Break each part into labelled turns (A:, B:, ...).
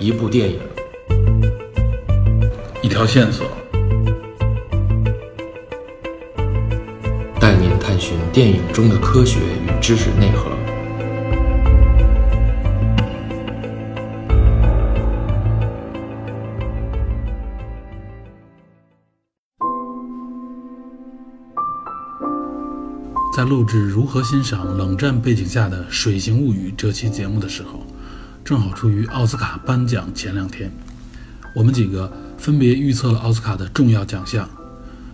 A: 一部电影，
B: 一条线索，
A: 带您探寻电影中的科学与知识内核。
B: 在录制如何欣赏冷战背景下的《水形物语》这期节目的时候，正好处于奥斯卡颁奖前两天，我们几个分别预测了奥斯卡的重要奖项。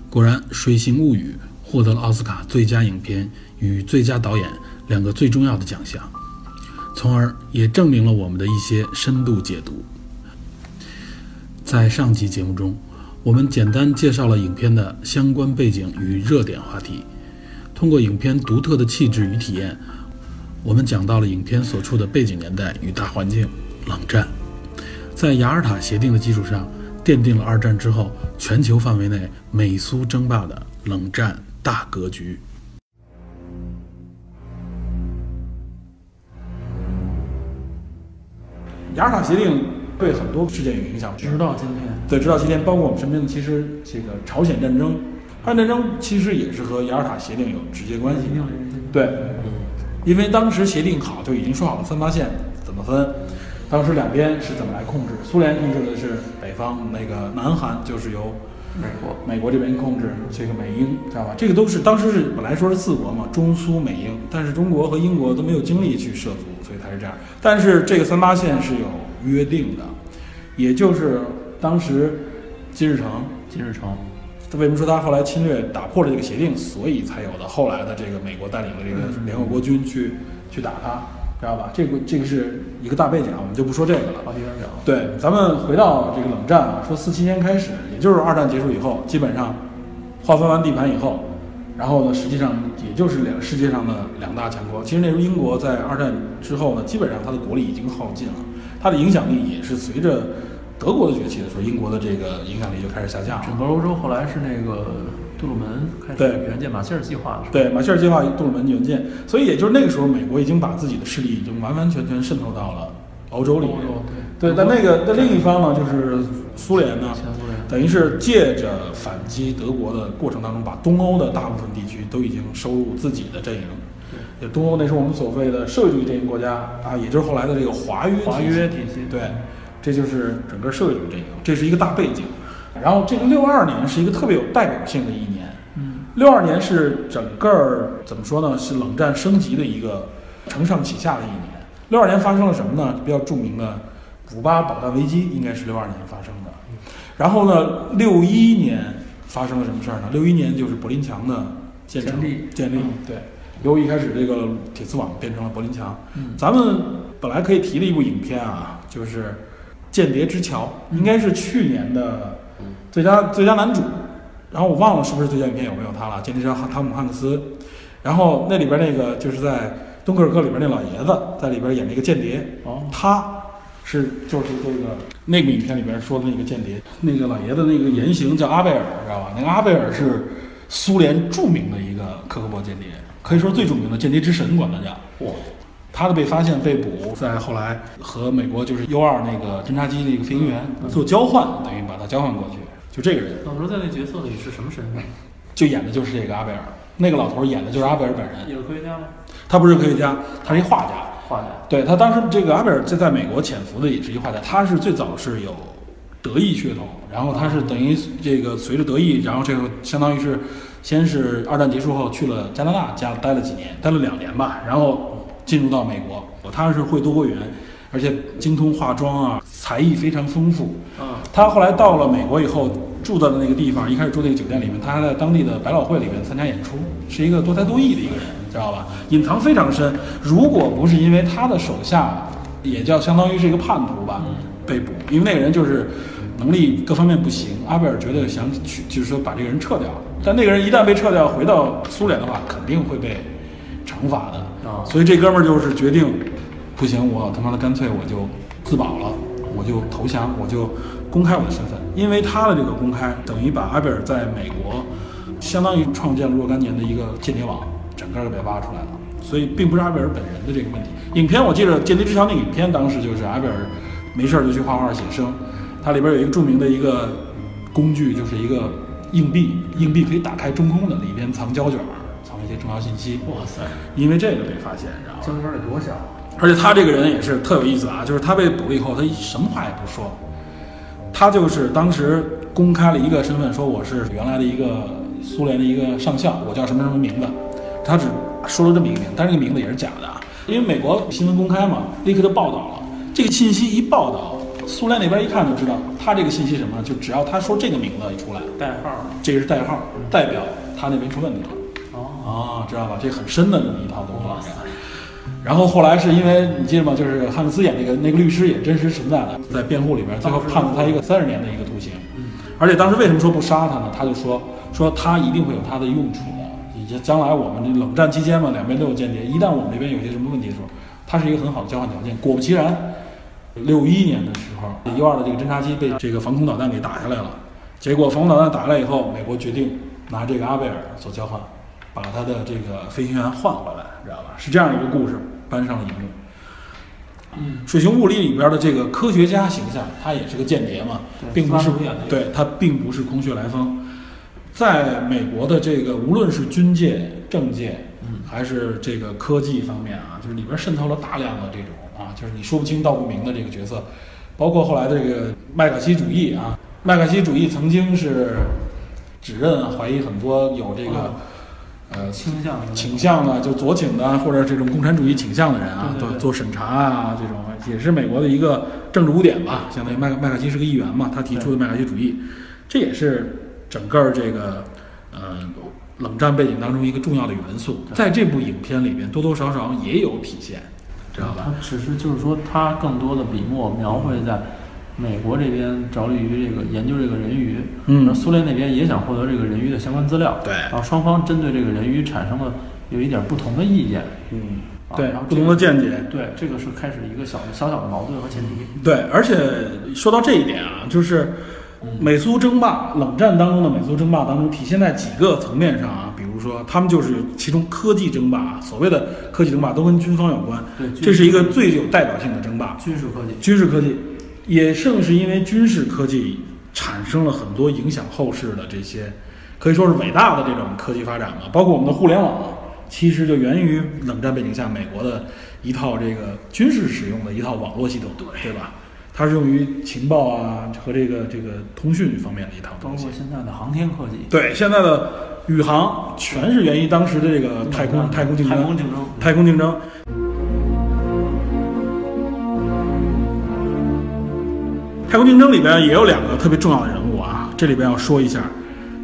B: 果然，《水形物语》获得了奥斯卡最佳影片与最佳导演两个最重要的奖项，从而也证明了我们的一些深度解读。在上期节目中，我们简单介绍了影片的相关背景与热点话题。通过影片独特的气质与体验，我们讲到了影片所处的背景年代与大环境——冷战，在雅尔塔协定的基础上，奠定了二战之后全球范围内美苏争霸的冷战大格局。
C: 雅尔塔协定对很多事件有影响，
D: 直到今天，
C: 对，直到今天，包括我们身边的，其实这个朝鲜战争，朝鲜战争其实也是和雅尔塔协定有直接关系
D: 一。定嗯是
C: 对，因为当时协定好就已经说好了三八线怎么分，当时两边是怎么来控制。苏联控制的是北方，那个南韩就是由
D: 美国
C: 美国这边控制，这个美英知道吧？这个都是当时是本来说是四国嘛，中苏美英，但是中国和英国都没有精力去涉足，所以才是这样。但是这个三八线是有约定的，也就是当时金日成
D: 金日成，
C: 他为什么说他后来侵略打破了这个协定，所以才有的后来的这个美国带领的这个联合国军去、去打他，知道吧？这个这个是一个大背景，啊，我们就不说这个了。
D: 好几个人聊。
C: 对，咱们回到这个冷战啊，说四七年开始，也就是二战结束以后，基本上划分完地盘以后，然后呢，实际上也就是两世界上的两大强国。其实那时候英国在二战之后呢，基本上它的国力已经耗尽了，它的影响力也是随着德国的崛起的时候，英国的这个影响力就开始下降了。
D: 整个欧洲后来是那个杜鲁门开始
C: 对
D: 援建马歇尔计划的时候，
C: 对，马歇尔计划、杜鲁门援建，所以也就是那个时候，美国已经把自己的势力已经完完全全渗透到了欧洲里面
D: 欧。洲对
C: 对，但那个但另一方呢，就是苏联呢，
D: 前苏联
C: 等于是借着反击德国的过程当中，把东欧的大部分地区都已经收入自己的阵营。也东欧那时候我们所谓的社会主义阵营国家啊，也就是后来的这个华约体系
D: 华约体系
C: 对，这就是整个社会主义阵营，这是一个大背景。然后这个六二年是一个特别有代表性的一年，
D: 嗯，
C: 六二年是整个儿怎么说呢？是冷战升级的一个承上启下的一年。六二年发生了什么呢？比较著名的古巴导弹危机应该是六二年发生的。然后呢，六一年发生了什么事儿呢？六一年就是柏林墙的建成
D: 建立
C: 建立
D: 嗯
C: 对，由一开始这个铁丝网变成了柏林墙。
D: 嗯
C: 咱们本来可以提的一部影片啊，就是《间谍之桥》，应该是去年的最佳最佳男主，然后我忘了是不是最佳影片有没有他了，《间谍之桥》汤姆汉克斯，然后那里边那个就是在《敦刻尔克》里边那老爷子在里边演了一个间谍，
D: 哦，
C: 他是就是这个那个影片里边说的那个间谍，那个老爷子那个原型叫阿贝尔，知道吧？那个阿贝尔是苏联著名的一个科科波间谍，可以说最著名的间谍之神，管他叫。
D: 哇，
C: 他的被发现被捕，在后来和美国就是 U 二那个侦察机那个飞行员做交换，等于把他交换过去。就这个人，
D: 老头在那角色里是什么身份？
C: 就演的就是这个阿贝尔，那个老头儿演的就是阿贝尔本人。
D: 也是科学家吗？
C: 他不是科学家，他是一画家。
D: 画家，
C: 对他当时这个阿贝尔在在美国潜伏的也是一画家，他是最早是有德意血统，然后他是等于这个随着德意，然后这个相当于是先是二战结束后去了加拿大，加了待了几年，待了两年吧，然后进入到美国，他是会多国语言，而且精通化妆啊，才艺非常丰富。
D: 嗯，
C: 他后来到了美国以后，住在的那个地方，一开始住那个酒店里面，他还在当地的百老汇里面参加演出，是一个多才多艺的一个人，知道吧？隐藏非常深。如果不是因为他的手下，也叫相当于是一个叛徒吧，被捕，因为那个人就是能力各方面不行，阿贝尔觉得想去，就是说把这个人撤掉。但那个人一旦被撤掉，回到苏联的话，肯定会被惩罚的。
D: 啊
C: 所以这哥们儿就是决定，不行，我他妈的干脆我就自保了，我就投降，我就公开我的身份，因为他的这个公开，等于把阿贝尔在美国，相当于创建了若干年的一个间谍网，整个儿给挖出来了。所以并不是阿贝尔本人的这个问题。影片我记得《间谍之桥》那个影片当时就是阿贝尔没事儿就去画画写生。它里边有一个著名的一个工具，就是一个硬币，硬币可以打开中空的，里边藏胶卷儿，藏一些重要信息。
D: 哇塞，
C: 因为这个被发现，然后
D: 胶圈得多小啊？
C: 而且他这个人也是特有意思啊，就是他被捕了以后，他什么话也不说，他就是当时公开了一个身份，说我是原来的一个苏联的一个上校，我叫什么什么名字，他只说了这么一个名，但这个名字也是假的啊，因为美国新闻公开嘛，立刻就报道了。这个信息一报道，苏联那边一看就知道他这个信息什么呢？就只要他说这个名字一出来，
D: 代号
C: 这个是代号，代表他那边出问题了。啊，
D: 哦，
C: 知道吧？这很深的这么一套东西。然后后来是因为你记得吗？就是汉克斯演那个那个律师也真实存在的，在辩护里边，最后判了他一个三十年的一个徒刑。而且当时为什么说不杀他呢？他就说说他一定会有他的用处的。以及将来我们这冷战期间嘛，两边都有间谍，一旦我们这边有些什么问题的时候，他是一个很好的交换条件。果不其然，六一年的时候，U 二的这个侦察机被这个防空导弹给打下来了。结果防空导弹打下来以后，美国决定拿这个阿贝尔做交换，把他的这个飞行员换回来，知道吧？是这样一个故事搬上了荧幕。
D: 嗯，
C: 水形物理里边的这个科学家形象，他也是个间谍嘛，
D: 对
C: 并不是
D: 斯拉夫间谍
C: 对他并不是空穴来风。在美国的这个无论是军界、政界，还是这个科技方面啊，就是里边渗透了大量的这种啊，就是你说不清道不明的这个角色，包括后来这个麦卡锡主义啊，麦卡锡主义曾经是指认怀疑很多有这个
D: 哦
C: 呃
D: 倾向于
C: 倾向的，就左倾的或者这种共产主义倾向的人啊，
D: 对对对
C: 做做审查啊，这种也是美国的一个政治污点吧，相当于麦克麦卡锡是个议员嘛，他提出的麦卡锡主义，这也是整个这个呃冷战背景当中一个重要的元素，在这部影片里面多多少少也有体现，知道吧？
D: 它只是就是说，它更多的笔墨描绘在美国这边着力于这个研究这个人鱼，
C: 嗯
D: 而苏联那边也想获得这个人鱼的相关资料，
C: 对
D: 然后双方针对这个人鱼产生了有一点不同的意见，
C: 嗯
D: 啊
C: 对
D: 然后，
C: 不
D: 这
C: 同
D: 个
C: 的见解，
D: 对，这个是开始一个小的小小的矛盾和前提，
C: 对，而且说到这一点啊，就是美苏争霸，冷战当中的美苏争霸当中体现在几个层面上啊，比如说他们就是其中科技争霸啊，所谓的科技争霸都跟军方有关
D: 对，
C: 这是一个最有代表性的争霸。
D: 军事科技，
C: 军事科技，也正是因为军事科技产生了很多影响后世的这些，可以说是伟大的这种科技发展嘛，包括我们的互联网，其实就源于冷战背景下美国的一套这个军事使用的一套网络系统，对吧？它是用于情报啊和这个这个通讯方面的一套
D: 包
C: 东西
D: 括。现在的航天科技，
C: 对，现在的宇航全是源于当时的这个呃太空太空竞争，
D: 太空竞争
C: 太空竞争。太空竞争里边也有两个特别重要的人物啊，这里边要说一下，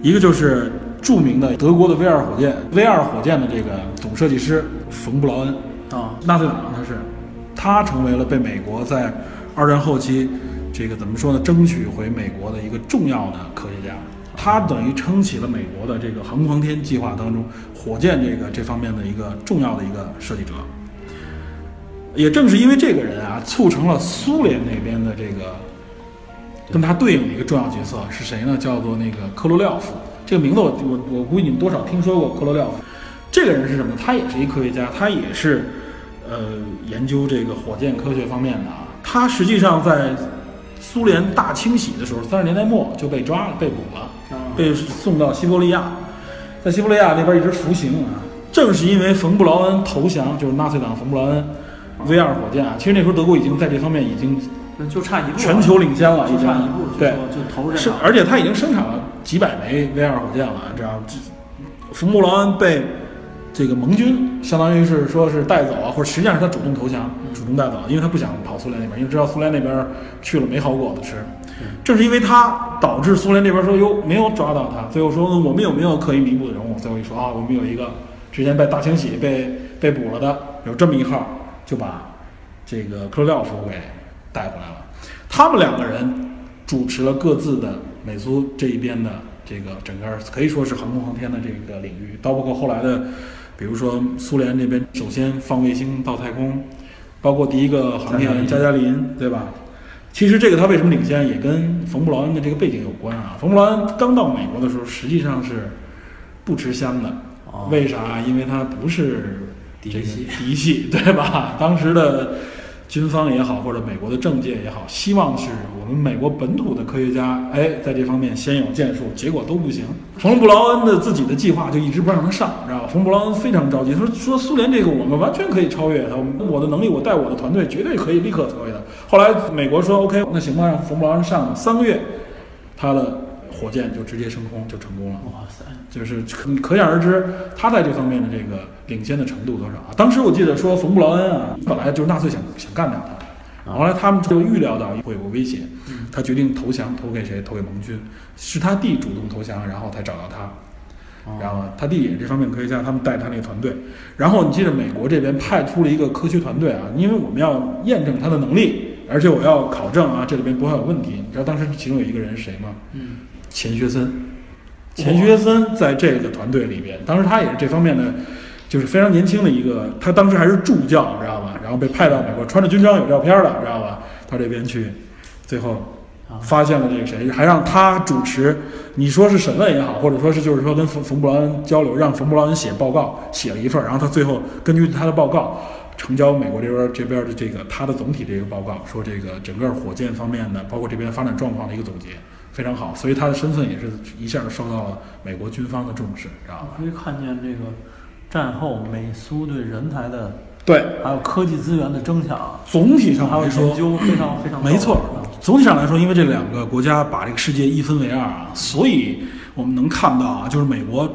C: 一个就是著名的德国的 V 二火箭，V 二火箭的这个总设计师冯布劳恩，
D: 啊，
C: 纳粹党他是，他成为了被美国在二战后期这个怎么说呢，争取回美国的一个重要的科学家。他等于撑起了美国的这个航空航天计划当中火箭这个这方面的一个重要的一个设计者。也正是因为这个人啊，促成了苏联那边的这个跟他对应的一个重要角色是谁呢？叫做那个克罗廖夫。这个名字我我我估计你们多少听说过克罗廖夫。这个人是什么？他也是一科学家，他也是呃研究这个火箭科学方面的啊。他实际上在苏联大清洗的时候，三十年代末就被抓了、被捕了，被送到西伯利亚，在西伯利亚那边一直服刑啊。正是因为冯布劳恩投降，就是纳粹党冯布劳恩 V 二火箭啊，其实那时候德国已经在这方面已经
D: 那就差一步，
C: 全球领先了，已
D: 就
C: 经
D: 差一步，就
C: 对
D: 说，就投入这
C: 是
D: 场，
C: 而且他已经生产了几百枚 V 二火箭了，这样，这冯布劳恩被这个盟军相当于是说是带走啊，或者实际上是他主动投降、
D: 嗯
C: 主动带走，因为他不想跑苏联那边，因为知道苏联那边去了没好果子吃。正是因为他导致苏联这边说哟没有抓到他，最后说嗯我们有没有可以弥补的人物？最后一说啊，我们有一个之前被大清洗被被捕了的，有这么一号，就把这个克罗廖夫给带回来了。他们两个人主持了各自的美苏这一边的这个整个可以说是航空航天的这个领域，到包括后来的，比如说苏联这边首先放卫星到太空，包括第一个航天员加加林，对吧？其实这个他为什么领先，也跟冯布劳恩的这个背景有关啊。冯布劳恩刚到美国的时候，实际上是不吃香的，
D: 哦
C: 为啥？因为他不是
D: 嫡
C: 这个
D: 系
C: 嫡系，对吧？当时的军方也好，或者美国的政界也好，希望是我们美国本土的科学家，哎，在这方面先有建树，结果都不行。冯布劳恩的自己的计划就一直不让他上，知道吧？冯布劳恩非常着急，他说说苏联这个我们完全可以超越他，我的能力，我带我的团队绝对可以立刻超越他。后来美国说 OK，那行吧，让冯布劳恩上三个月，他的火箭就直接升空就成功了。
D: 哇塞，
C: 就是可可想而知，他在这方面的这个领先的程度多少啊？当时我记得说冯布劳恩啊，本来就是纳粹想想干掉他，后来他们就预料到会有威胁，他决定投降，投给谁？投给盟军，是他弟主动投降，然后才找到他。然后他弟也这方面科学家，他们带他那个团队。然后你记得美国这边派出了一个科学团队啊，因为我们要验证他的能力，而且我要考证啊，这里边不会有问题。你知道当时其中有一个人是谁吗？
D: 嗯，
C: 钱学森。钱学森在这个团队里边，当时他也是这方面的，就是非常年轻的一个，他当时还是助教，知道吧？然后被派到美国，穿着军装有照片的，知道吧？到这边去，最后
D: 啊，
C: 发现了这个谁，还让他主持，你说是审问也好，或者说是就是说跟冯冯布劳恩交流，让冯布劳恩写报告，写了一份儿，然后他最后根据他的报告。成交美国这边这边的这个他的总体这个报告，说这个整个火箭方面的，包括这边发展状况的一个总结，非常好，所以他的身份也是一下受到了美国军方的重视，知道
D: 我
C: 吧？
D: 可以看见这个战后美苏对人才的，
C: 对，
D: 还有科技资源的争抢，
C: 总体上
D: 还有
C: 来
D: 研
C: 说，
D: 究非常非常
C: 没错
D: 高的，
C: 总体上来说，因为这两个国家把这个世界一分为二啊，所以我们能看到啊，就是美国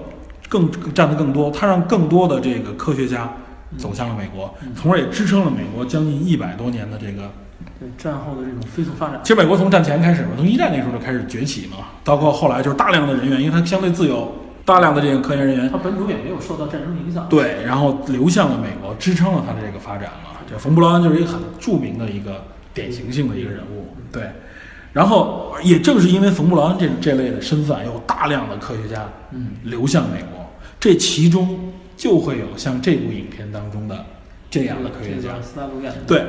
C: 更占的更多，它让更多的这个科学家走向了美国，从而也支撑了美国将近一百多年的这个
D: 对战后的这种飞速发展
C: 其。实美国从战前开始嘛，从一战那时候就开始崛起嘛，包括后来就是大量的人员，因为它相对自由，大量的这个科研人员
D: 它本土也没有受到战争影响。
C: 对，然后流向了美国，支撑了它的这个发展嘛。这冯布劳恩就是一个很著名的一个典型性的一个人物，对。然后也正是因为冯布劳恩这这类的身份，啊有大量的科学家
D: 嗯
C: 流向美国，这其中就会有像这部影片当中的这样的科学家，
D: 斯大路燕，
C: 对，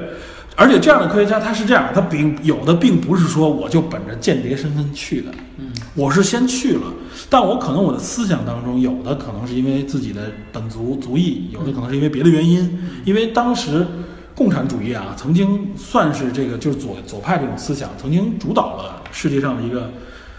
C: 而且这样的科学家他是这样，他并有的并不是说我就本着间谍身份去的，
D: 嗯，
C: 我是先去了，但我可能我的思想当中有的可能是因为自己的本族族裔，有的可能是因为别的原因，因为当时共产主义啊，曾经算是这个就是左左派这种思想曾经主导了世界上的一个。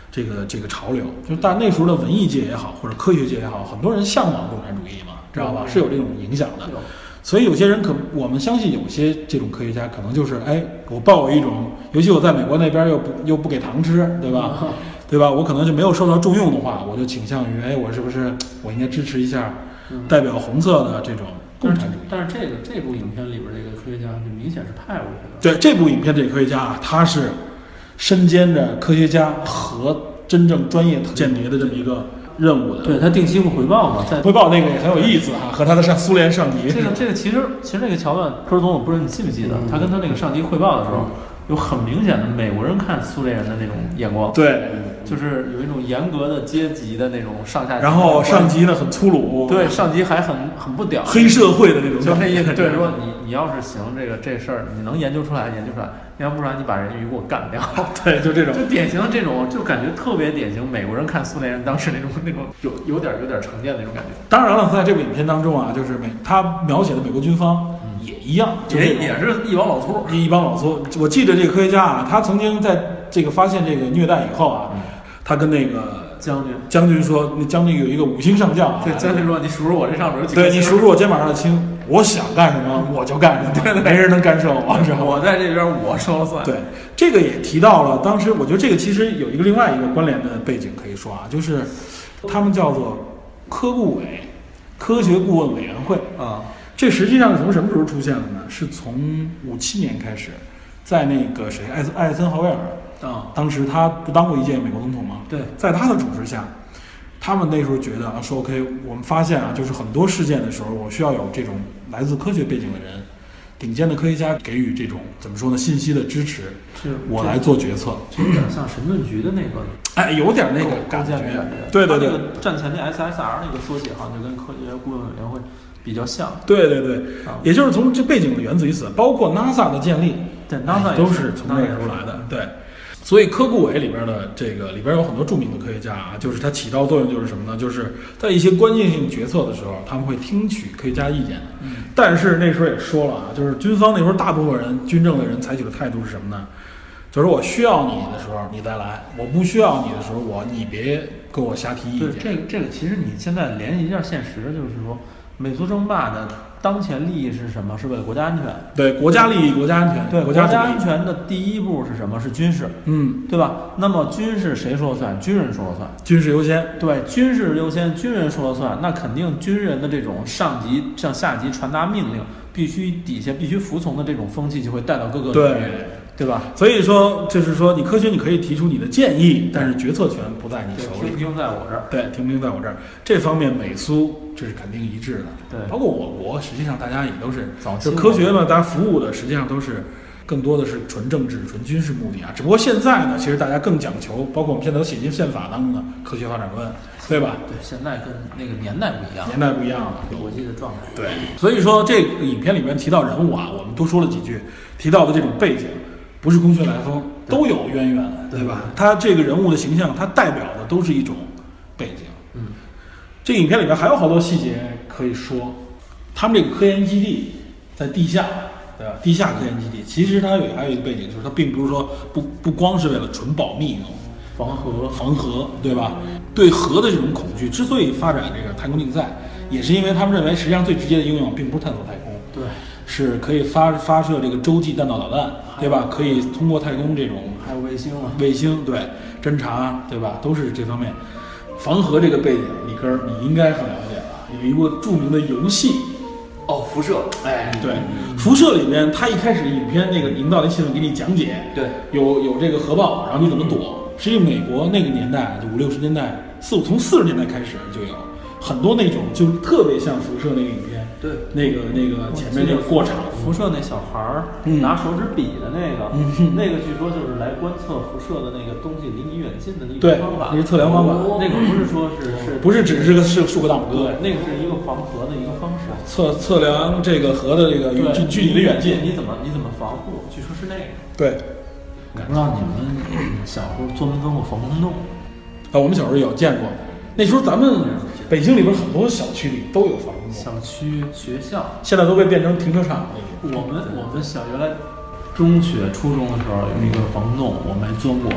C: 这个这个潮流，就是但那时候的文艺界也好，或者科学界也好，很多人向往共产主义嘛，知道吧？是有这种影响的。
D: 有
C: 所以有些人可，我们相信有些这种科学家可能就是，哎，我抱有一种，尤其我在美国那边又不又不给糖吃，对吧？ 对吧？我可能就没有受到重用的话，我就倾向于，哎，我是不是我应该支持一下
D: 嗯
C: 代表红色的这种共产主义？
D: 但是这个这部影片里边这个科学家就明显是派过去的，
C: 对这部影片，这个科学家啊，他是身兼着科学家和真正专业间谍的这么一个任务的。
D: 对，他定期会回报嘛，在
C: 汇报那个也很有意思哈、和他的上苏联上级
D: 这个这个其实其实这个桥段，柯总我不知道你记不记得，
C: 嗯
D: 他跟他那个上级汇报的时候，有很明显的美国人看苏联人的那种眼光，
C: 对，
D: 就是有一种严格的阶级的那种上下级的
C: 然
D: 关系，
C: 后上级呢很粗鲁，
D: 对上级还很很不屌，
C: 黑社会的那种
D: 就
C: 感
D: 那意
C: 觉，
D: 思，就是说你你要是行这个这事儿，你能研究出来研究出来，要不然你把人鱼给我干掉。
C: 对，就这种。
D: 就典型的这种，就感觉特别典型美国人看苏联人当时那种那种有有点有点成见的那种感觉，
C: 当然了，在这部影片当中啊，就是美他描写的美国军方也一样，就这
D: 嗯也
C: 种
D: 也是一帮老粗。
C: 一帮老粗。我记得这个科学家啊，他曾经在这个发现这个虐待以后
D: 嗯
C: 啊，他跟那个
D: 将军，
C: 将军说，那将军有一个五星上将啊，
D: 对将军说：“你数数我这上边有几个
C: 对
D: 星
C: 你数数我肩膀上的青，我想干什么我就干什么，没人能干涉我，知道吗？
D: 我在这边我说了算。”
C: 对，这个也提到了，当时我觉得这个其实有一个另外一个关联的背景可以说啊，就是他们叫做科顾委，科学顾问委员会。
D: 啊，
C: 这实际上是从什么时候出现的呢？是从五七年开始，在那个谁艾森艾森豪威尔，
D: 啊，
C: 当时他不当过一届美国总统吗？
D: 对，
C: 在他的主持下，他们那时候觉得啊，说 OK，我们发现啊，就是很多事件的时候，我需要有这种来自科学背景的人，顶尖的科学家给予这种怎么说呢，信息的支持，
D: 这
C: 我来，做决策。
D: 这有点像神盾局的那个
C: 哎，有点那个
D: 构
C: 感
D: 建
C: 觉
D: 的感觉。，
C: 对对
D: 他
C: 对
D: 那。个战前那 SSR 那个缩写好像就跟科学顾问委员会比较像。
C: 对对对
D: 啊，
C: 也就是从这背景的源自于此，包括 NASA 的建立，哎
D: 对，NASA 也
C: 都
D: 是
C: 从那
D: NASA
C: 时
D: 也
C: 候
D: 是
C: 来的。对，所以科顾委里边的这个里边有很多著名的科学家啊，就是它起到作用就是什么呢？就是在一些关键性决策的时候，他们会听取科学家意见的。
D: 嗯
C: 但是那时候也说了啊，就是军方那时候大部分人军政的人采取的态度是什么呢？就是我需要你的时候你再来，我不需要你的时候我你别跟我瞎提意
D: 对
C: 见。
D: 这个这个，其实你现在联系一下现实，就是说美苏争霸的当前利益是什么？是为了国家安全。
C: 对国家利益、国家安全、
D: 对
C: 国
D: 家
C: 家福利
D: 安全的第一步是什么？是军事，
C: 嗯，
D: 对吧？那么军事谁说了算？军人说了算。
C: 军事优先。
D: 对，军事优先，军人说了算。那肯定军人的这种上级向下级传达命令，必须底下必须服从的这种风气就会带到各个领域，
C: 对，
D: 对吧？
C: 所以说就是说，你科学你可以提出你的建议，但是决策权不在你
D: 对
C: 手，
D: 听
C: 里。
D: 不听在我这儿？
C: 对，听不听在我这儿，这方面美苏这是肯定一致的。
D: 对，
C: 包括我国，实际上大家也都是
D: 早期
C: 就科学嘛，大家服务的实际上都是更多的是纯政治、纯军事目的啊。只不过现在呢，其实大家更讲求，包括我们现在都写进宪法当中的科学发展观，对吧？
D: 对，现在跟那个年代不一样，
C: 年代不一样了，
D: 国际的状态。
C: 对，所以说这个影片里面提到人物啊，我们多说了几句，提到的这种背景，不是空穴来风，都有渊源，对吧？他这个人物的形象，他代表的都是一种背景。
D: 嗯，
C: 这个影片里面还有好多细节可以说，他们这个科研基地在地下。对吧？地下科研基地，其实它有还有一个背景，就是它并不是说不不光是为了纯保密用，
D: 防核，
C: 防核，对吧？对核的这种恐惧，之所以发展这个太空竞赛，也是因为他们认为，实际上最直接的应用并不是探索太空，
D: 对，
C: 是可以发发射这个洲际弹道导弹，对
D: 啊
C: 吧？可以通过太空这种
D: 还有卫星啊，
C: 卫星对侦察，对吧？都是这方面。防核这个背景，李根儿你应该很了解吧？有一个著名的游戏，
E: 哦，辐射，哎，
C: 对，辐射里边，它一开始影片那个营造的系统给你讲解，
E: 对，
C: 有有这个核爆，然后你怎么躲？实际美国那个年代，就五六十年代，四五从四十年代开始就有很多那种，就是特别像辐射那个影片，
E: 对，
C: 那个那个前面那个过场，
D: 辐射那小孩儿
C: 嗯
D: 拿手指比的那个，
C: 嗯
D: 那个据说就是来观测辐射的那个东西离你远近的一
C: 对
D: 种方法，哦
C: 那是测量方法，哦
D: 那个不是说是是
C: 不是只是个是个竖个大拇哥
D: 对，，那个是一个防核的一个方式。
C: 测测量这个核的这个呃距距离的远
D: 你
C: 近，
D: 怎么你怎么防护？据说是那个。
C: 对。
D: 我不知道你们小时候做没做过防空洞？
C: 啊，我们小时候有见过，那时候咱们北京里边很多小区里都有防空洞，
D: 小区、学校，
C: 现在都被变成停车场了已经。
D: 我们我们小原来中学、初中的时候有一个防空洞，我没钻过，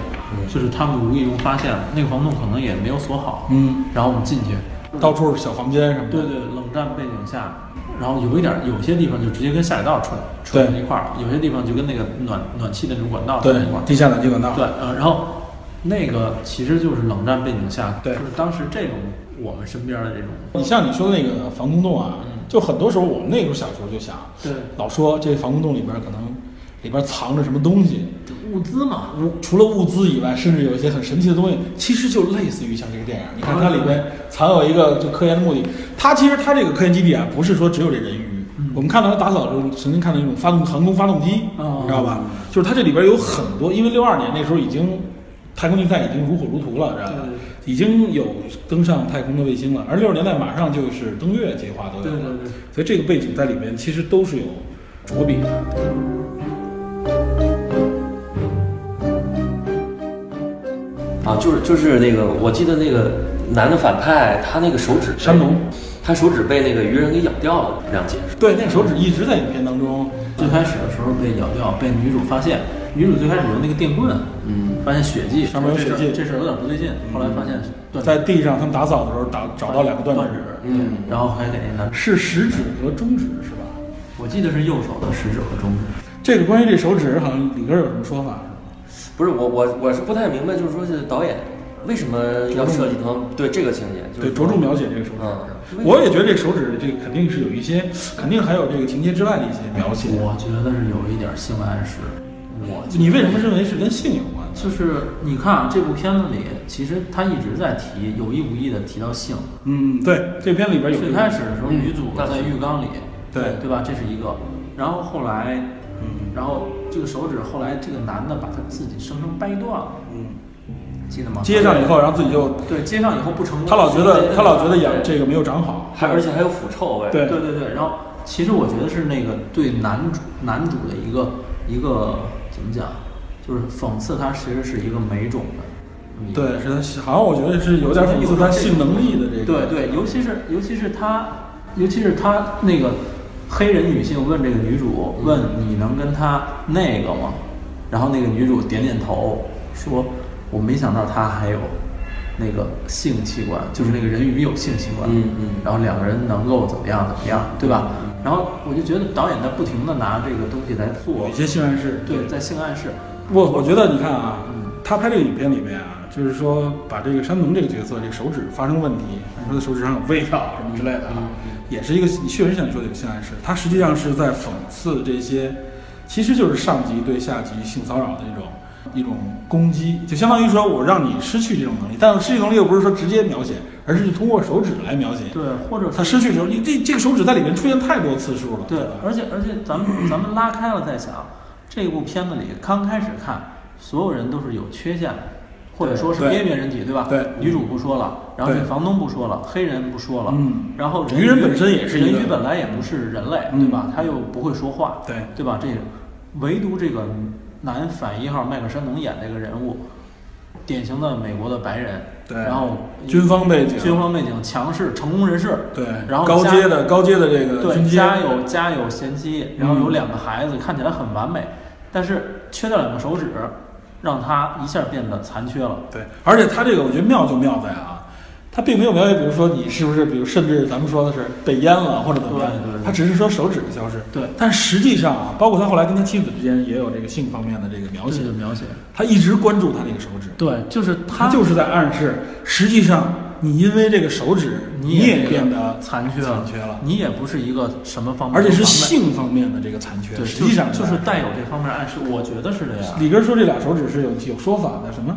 D: 就是他们无意中发现了那个防空洞可能也没有锁好，
C: 嗯，
D: 然后我们进去，
C: 到处是小房间什么的。
D: 对对，冷战背景下，然后有一点，有些地方就直接跟下水道串
C: 对
D: 串在一块儿了，有些地方就跟那个暖暖气的那种管道串在一块儿
C: 对，。地下暖气管道。
D: 对，呃，然后那个其实就是冷战背景下，
C: 对
D: 就是当时这种我们身边的这种，
C: 你像你说的那个防空洞啊，就很多时候我们那时候小时候就想，
D: 对
C: 老说这防空洞里边可能里边藏着什么东西，
D: 物资嘛，
C: 物除了物资以外，甚至有一些很神奇的东西，其实就类似于像这个电影，你看它里边藏有一个就科研的目的。它其实它这个科研基地啊，不是说只有这人鱼，
D: 嗯
C: 我们看到它打扫的时候，曾经看到那种发动航空发动机，
D: 哦
C: 你知道吧？就是它这里边有很多，因为六二年那时候已经太空竞赛已经如火如荼了，知道吧？已经有登上太空的卫星了，而六十年代马上就是登月计划都有了，
D: 对对对
C: 所以这个背景在里面其实都是有着笔的。
E: 啊，就是就是那个，我记得那个男的反派，他那个手指，
C: 山农，
E: 他手指被那个鱼人给咬掉了，谅解释。
C: 对，那个手指一直在影片当中。
D: 最开始的时候被咬掉，被女主发现，女主最开始用那个电棍，
E: 嗯，
D: 发现血迹，
C: 上面有
D: 这事儿
C: 血迹嗯
D: 这事儿有点不对劲，后来发现断
C: 在地上，他们打扫的时候打找到两个断
D: 断
C: 指，
E: 嗯
D: 然后还给那男，
C: 是食指和中指，是吧？
D: 我记得是右手的食指和中指，
C: 这个关于这手指，好像李根儿有什么说法？
E: 不是我我我是不太明白，就是说是导演为什么要设计成对这个情节，就是
C: 对，着重描写这个手指。
E: 嗯
C: 我也觉得这手指这个肯定是有一些，肯定还有这个情节之外的一些描写。
D: 我觉得是有一点性暗示，我
C: 你为什么认为是跟性有关？
D: 就是你看啊，这部片子里，其实他一直在提，有意无意的提到性。
C: 嗯，对，这片里边有这
D: 最
C: 个
D: 开始的时候，
E: 嗯
D: 女主
E: 那是
D: 在浴缸里，
C: 对嗯
D: 对吧？这是一个。然后后来，然后这个手指后来这个男的把他自己生生掰断了，
C: 嗯，
D: 记得吗？
C: 接上以后，然后自己就
D: 对，接上以后不成功。
C: 他老觉得他老觉得
D: 也
C: 养这个没有长好，
E: 还而且还有腐臭味。
C: 对
D: 对对对。然后其实我觉得是那个对男主男主的一个一个怎么讲，就就是讽刺他其实是一个没种的。嗯
C: 对，是他性好像我觉得是有点讽刺他性能力的这个。
D: 对对，尤其是尤其是他，尤其是他那个黑人女性问这个女主，问你能跟他那个吗？然后那个女主点点头，说我没想到他还有那个性器官，就是那个人鱼有性器官。
E: 嗯嗯
D: 然后两个人能够怎么样怎么样，对吧？然后我就觉得导演在不停的拿这个东西来做
C: 有，些性暗示。
D: 对，在性暗示。
C: 我我觉得你看啊，
D: 嗯
C: 他拍这个影片里面啊，就是说把这个山农这个角色这个手指发生问题，
D: 嗯
C: 说他手指上有味道什么之类的啊，也是一个你确实像你说的有性暗示，他实际上是在讽刺这些，其实就是上级对下级性骚扰的一种。一种攻击，就相当于说我让你失去这种能力，但失去能力又不是说直接描写，而是通过手指来描写。
D: 对，或者
C: 他
D: 是
C: 失去的时候，你这这个手指在里面出现太多次数了。
D: 对
C: 吧，
D: 而且而且咱们咱们拉开了再想，这部片子里刚开始看，所有人都是有缺陷的，或者说是
C: 对
D: 边缘人体，对吧？
C: 对
D: 女主不说了，然后
C: 对
D: 这房东不说了，黑人不说了，
C: 嗯
D: 然后
C: 鱼
D: 鱼
C: 人本身也是一
D: 人
C: 个
D: 鱼本来也不是人类，
C: 嗯
D: 对吧？他又不会说话，
C: 对
D: 对吧？这个唯独这个男反一号麦克山农演这个人物，典型的美国的白人，
C: 对
D: 然后
C: 军方背景
D: 军方背景强势成功人士，
C: 对，
D: 然后
C: 高
D: 加
C: 阶的高阶的这个军阶，嗯
D: 对，家有家有贤妻，然后有两个孩子，看起来很完美，但是缺掉两个手指，让他一下变得残缺了。
C: 对，而且他这个我觉得妙就妙在啊，他并没有描写，比如说你是不是，比如甚至咱们说的是被淹了或者怎么样
D: 对对，对
C: 他只是说手指的消失。
D: 对
C: 但实际上啊，包括他后来跟他妻子之间也有这个性方面的这个描写，
D: 描写，
C: 他一直关注他那个手指，
D: 对，就是
C: 他
D: 他
C: 就是在暗示，实际上你因为这个手指，你
D: 也
C: 变得
D: 残缺
C: 残缺了
D: 你也不是一个什么方面，
C: 而且是。性方面的这个残缺，
D: 对，
C: 实际上
D: 就是就是
C: 在
D: 带有这方面暗示，我觉得是这样。
C: 李根说这俩手指是有有说法的，什么？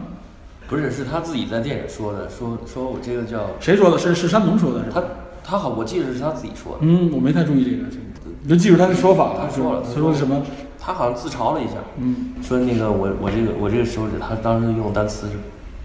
E: 不是，是他自己在电影说的，说说我这个叫
C: 谁说的？是是山农说的，是吧
E: 他？他好，我记得是他自己说的，
C: 嗯，我没太注意这个，你就记住他的说法了。
E: 他说了
C: 他说的什么？
E: 他好像自嘲了一下，
C: 嗯，
E: 说那个我我这个我这个手指，他当时用单词是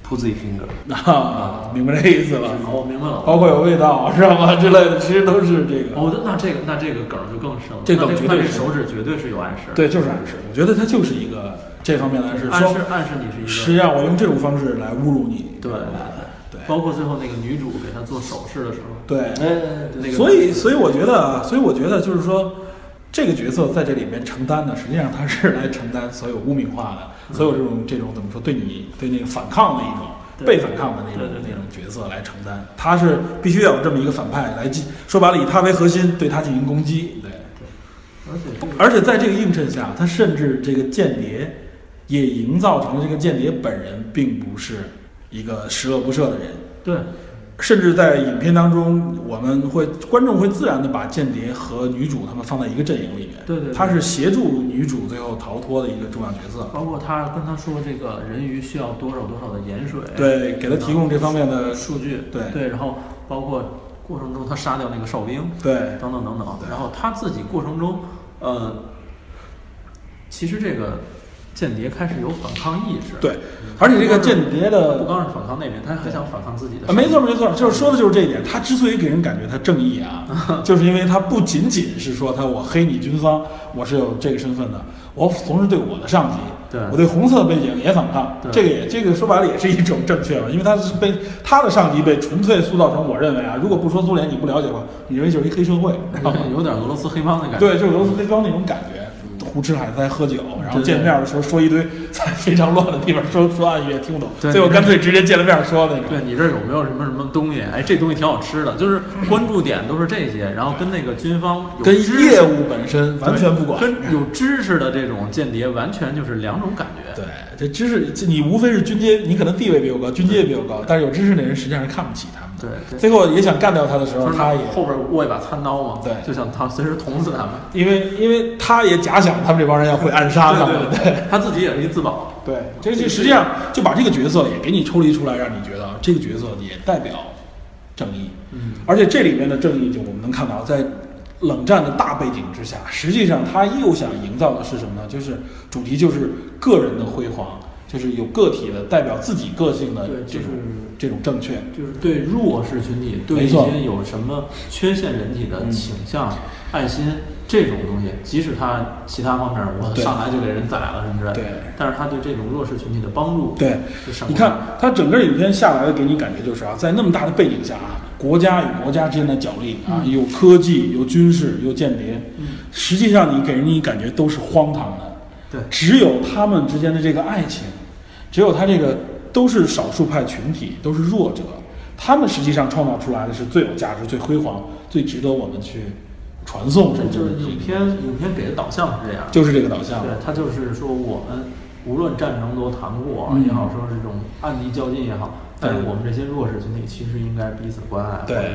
E: pussy finger，
C: 啊，明白这意思了。
D: 哦我明白了。
C: 包括有味道，知道吗？之类的，其实都是这个。
D: 哦，那那这个那这个梗就更深了。
C: 这梗
D: 那
C: 绝
D: 那
C: 对
D: 这
C: 是
D: 手指绝对是有暗示。，
C: 对，就是暗示。我觉得他就是一个这方面的暗示，
D: 暗示
C: 说
D: 暗示你是一个。
C: 实际上我用这种方式来侮辱你。
D: 对对
C: 对
D: 对，包括最后那个女主给他做手势的时候，
C: 对，
E: 哎，
D: 那个
C: 所以所以我觉得啊，所以我觉得就是说，这个角色在这里面承担的，实际上他是来承担所有污名化的，所有这种这种怎么说，对你对那个反抗的一种。
D: 对
C: 被反抗的那种
D: 对对对
C: 那种角色来承担，他是必须要有这么一个反派来进，说白了以他为核心对他进行攻击，对，
D: 而且这个
C: 而且在这个映衬下，他甚至这个间谍也营造成了这个间谍本人并不是一个十恶不赦的人，
D: 对
C: 甚至在影片当中，我们会观众会自然的把间谍和女主他们放在一个阵营里面，
D: 对对对
C: 他是协助女主最后逃脱的一个重要角色，
D: 包括他跟他说这个人鱼需要多少多少的盐水，
C: 对，给他提供这方面的
D: 数据，
C: 对
D: 对，然后包括过程中他杀掉那个哨兵，
C: 对
D: 等等等等
C: 对，
D: 然后他自己过程中，呃，其实这个间谍开始有反抗意识，
C: 对，而且这个间谍
D: 他
C: 的。
D: 不光是反抗那边，他还想反抗自己的
C: 啊，，没错没错，就是说的就是这一点。他之所以给人感觉他正义 啊，就是因为他不仅仅是说他我黑你军方，我是有这个身份的，我同时对我的上级，
D: 对
C: 我对红色背景也反抗，
D: 对
C: 这个也这个说白了也是一种正确嘛，因为他是被他的上级被纯粹塑造成我认为啊，如果不说苏联你不了解的话，你认为就是一黑社 会，知道吗
D: 有点俄罗斯黑帮的感觉，
C: 对，就是俄罗斯黑帮那种感觉。胡吃海塞喝酒，然后
D: 对对
C: 见面的时候说一堆 在非常乱的地方说说暗语也听不懂，
D: 对
C: 最后干脆直接见了面说那种。
D: 对你这儿有没有什么什么东西？哎，这东西挺好吃的，就是关注点都是这些，然后跟那个军方有
C: 跟
D: 知识
C: 业务本身完全不管。
D: 对跟有知识的这种间谍完全就是两种感觉。
C: 对，这知识，这你无非是军阶，你可能地位比我高，军阶也比我高，但是有知识的人实际上是看不起他们的。
D: 对对
C: 最后也想干掉他的时候，
D: 就是
C: 他也
D: 后边握一把餐刀嘛，
C: 对
D: 就想他随时捅死他们。
C: 因为因为他也假想他们这帮人要会暗杀他们，
D: 对对，他自己也是一自保。
C: 对，这就实际上就把这个角色也给你抽离出来，让你觉得这个角色也代表正义。
D: 嗯，
C: 而且这里面的正义，就我们能看到，在冷战的大背景之下，实际上他又想营造的是什么呢？就是主题就是个人的辉煌，就是有个体的代表自己个性的
D: 对
C: 这
D: 就是
C: 种这种正确。
D: 就是对弱势群体，对
C: 没
D: 一
C: 错嗯
D: 些有什么缺陷人体的倾向、爱心，这种东西，即使他其他方面我
C: 对
D: 上来就给人宰了什么之类的，
C: 对
D: 但是他对这种弱势群体的帮助
C: 对
D: 是什么？
C: 你看，它整个影片下来的给你感觉就是啊，在那么大的背景下啊，国家与国家之间的角力啊，
D: 嗯
C: 有科技，有军事，有间谍，实际上你给人一感觉都是荒唐的。
D: 对
C: 只有他们之间的这个爱情，只有他这个都是少数派群体，都是弱者，他们实际上创造出来的是最有价值、最辉煌、最值得我们去传颂
D: 这
C: 甚至
D: 就是影片影片给的导向是这样，
C: 就是这个导向
D: 对。，他就是说我们无论战争多谈过
C: 嗯
D: 也好，说是这种暗地较劲也好，但是
C: 对
D: 我们这些弱势群体其实应该彼此关爱。或者
C: 对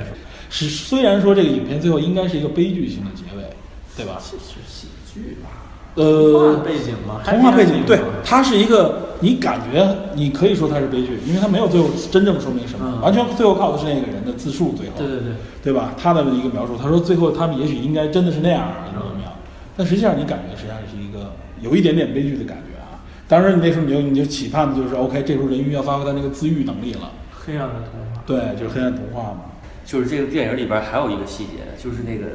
D: 是，
C: 是虽然说这个影片最后应该是一个悲剧性的结尾，对吧？
D: 这是喜剧吧？
C: 呃
D: 童话，背景嘛，
C: 童话背
D: happy
C: 景
D: ending
C: 对
D: 嘛，
C: 它是一个你感觉你可以说它是悲剧，因为它没有最后真正说明什么，
D: 嗯
C: 完全最后靠的是那个人的自述，最后
D: 对对对，
C: 对吧？他的一个描述，他说最后他们也许应该真的是那样，你知道怎么样？但实际上你感觉实际上是一个有一点点悲剧的感觉啊。当然，你那时候你就你就期盼的就是 OK，这时候人鱼要发挥他那个自愈能力了，
D: 黑暗的童话。
C: 对，就是黑暗童话嘛。
E: 就是这个电影里边还有一个细节，就是那个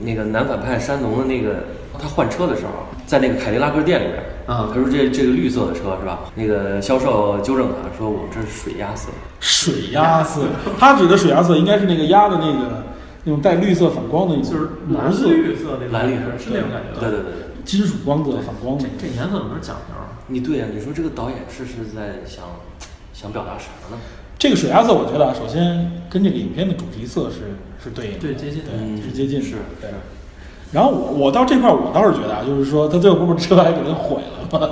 E: 那个男反派山农的那个他换车的时候，在那个凯迪拉克店里边，
D: 啊
E: 他说这这个绿色的车是吧？那个销售纠正他说我们这是水压色，
C: 水鸭色，他指的水鸭色应该是那个鸭的那个那种带绿色反光的那种，
D: 就是
C: 毛
D: 蓝
C: 色
D: 绿色那种
E: 蓝绿
D: 感觉是那种感觉吧。
E: 对对对对，
C: 金属光泽反光的那
D: 这这
C: 种。
D: 颜色怎么讲究？
E: 你对呀、你说这个导演是是在想想表达什么呢？
C: 这个水鸭色，我觉得啊，首先跟这个影片的主题色是是对应的，
D: 对接近的
E: 嗯
C: 是接近的
E: 是
C: 对。然后我我到这块儿，我倒是觉得啊，就是说他最后不是车还给人毁了吗？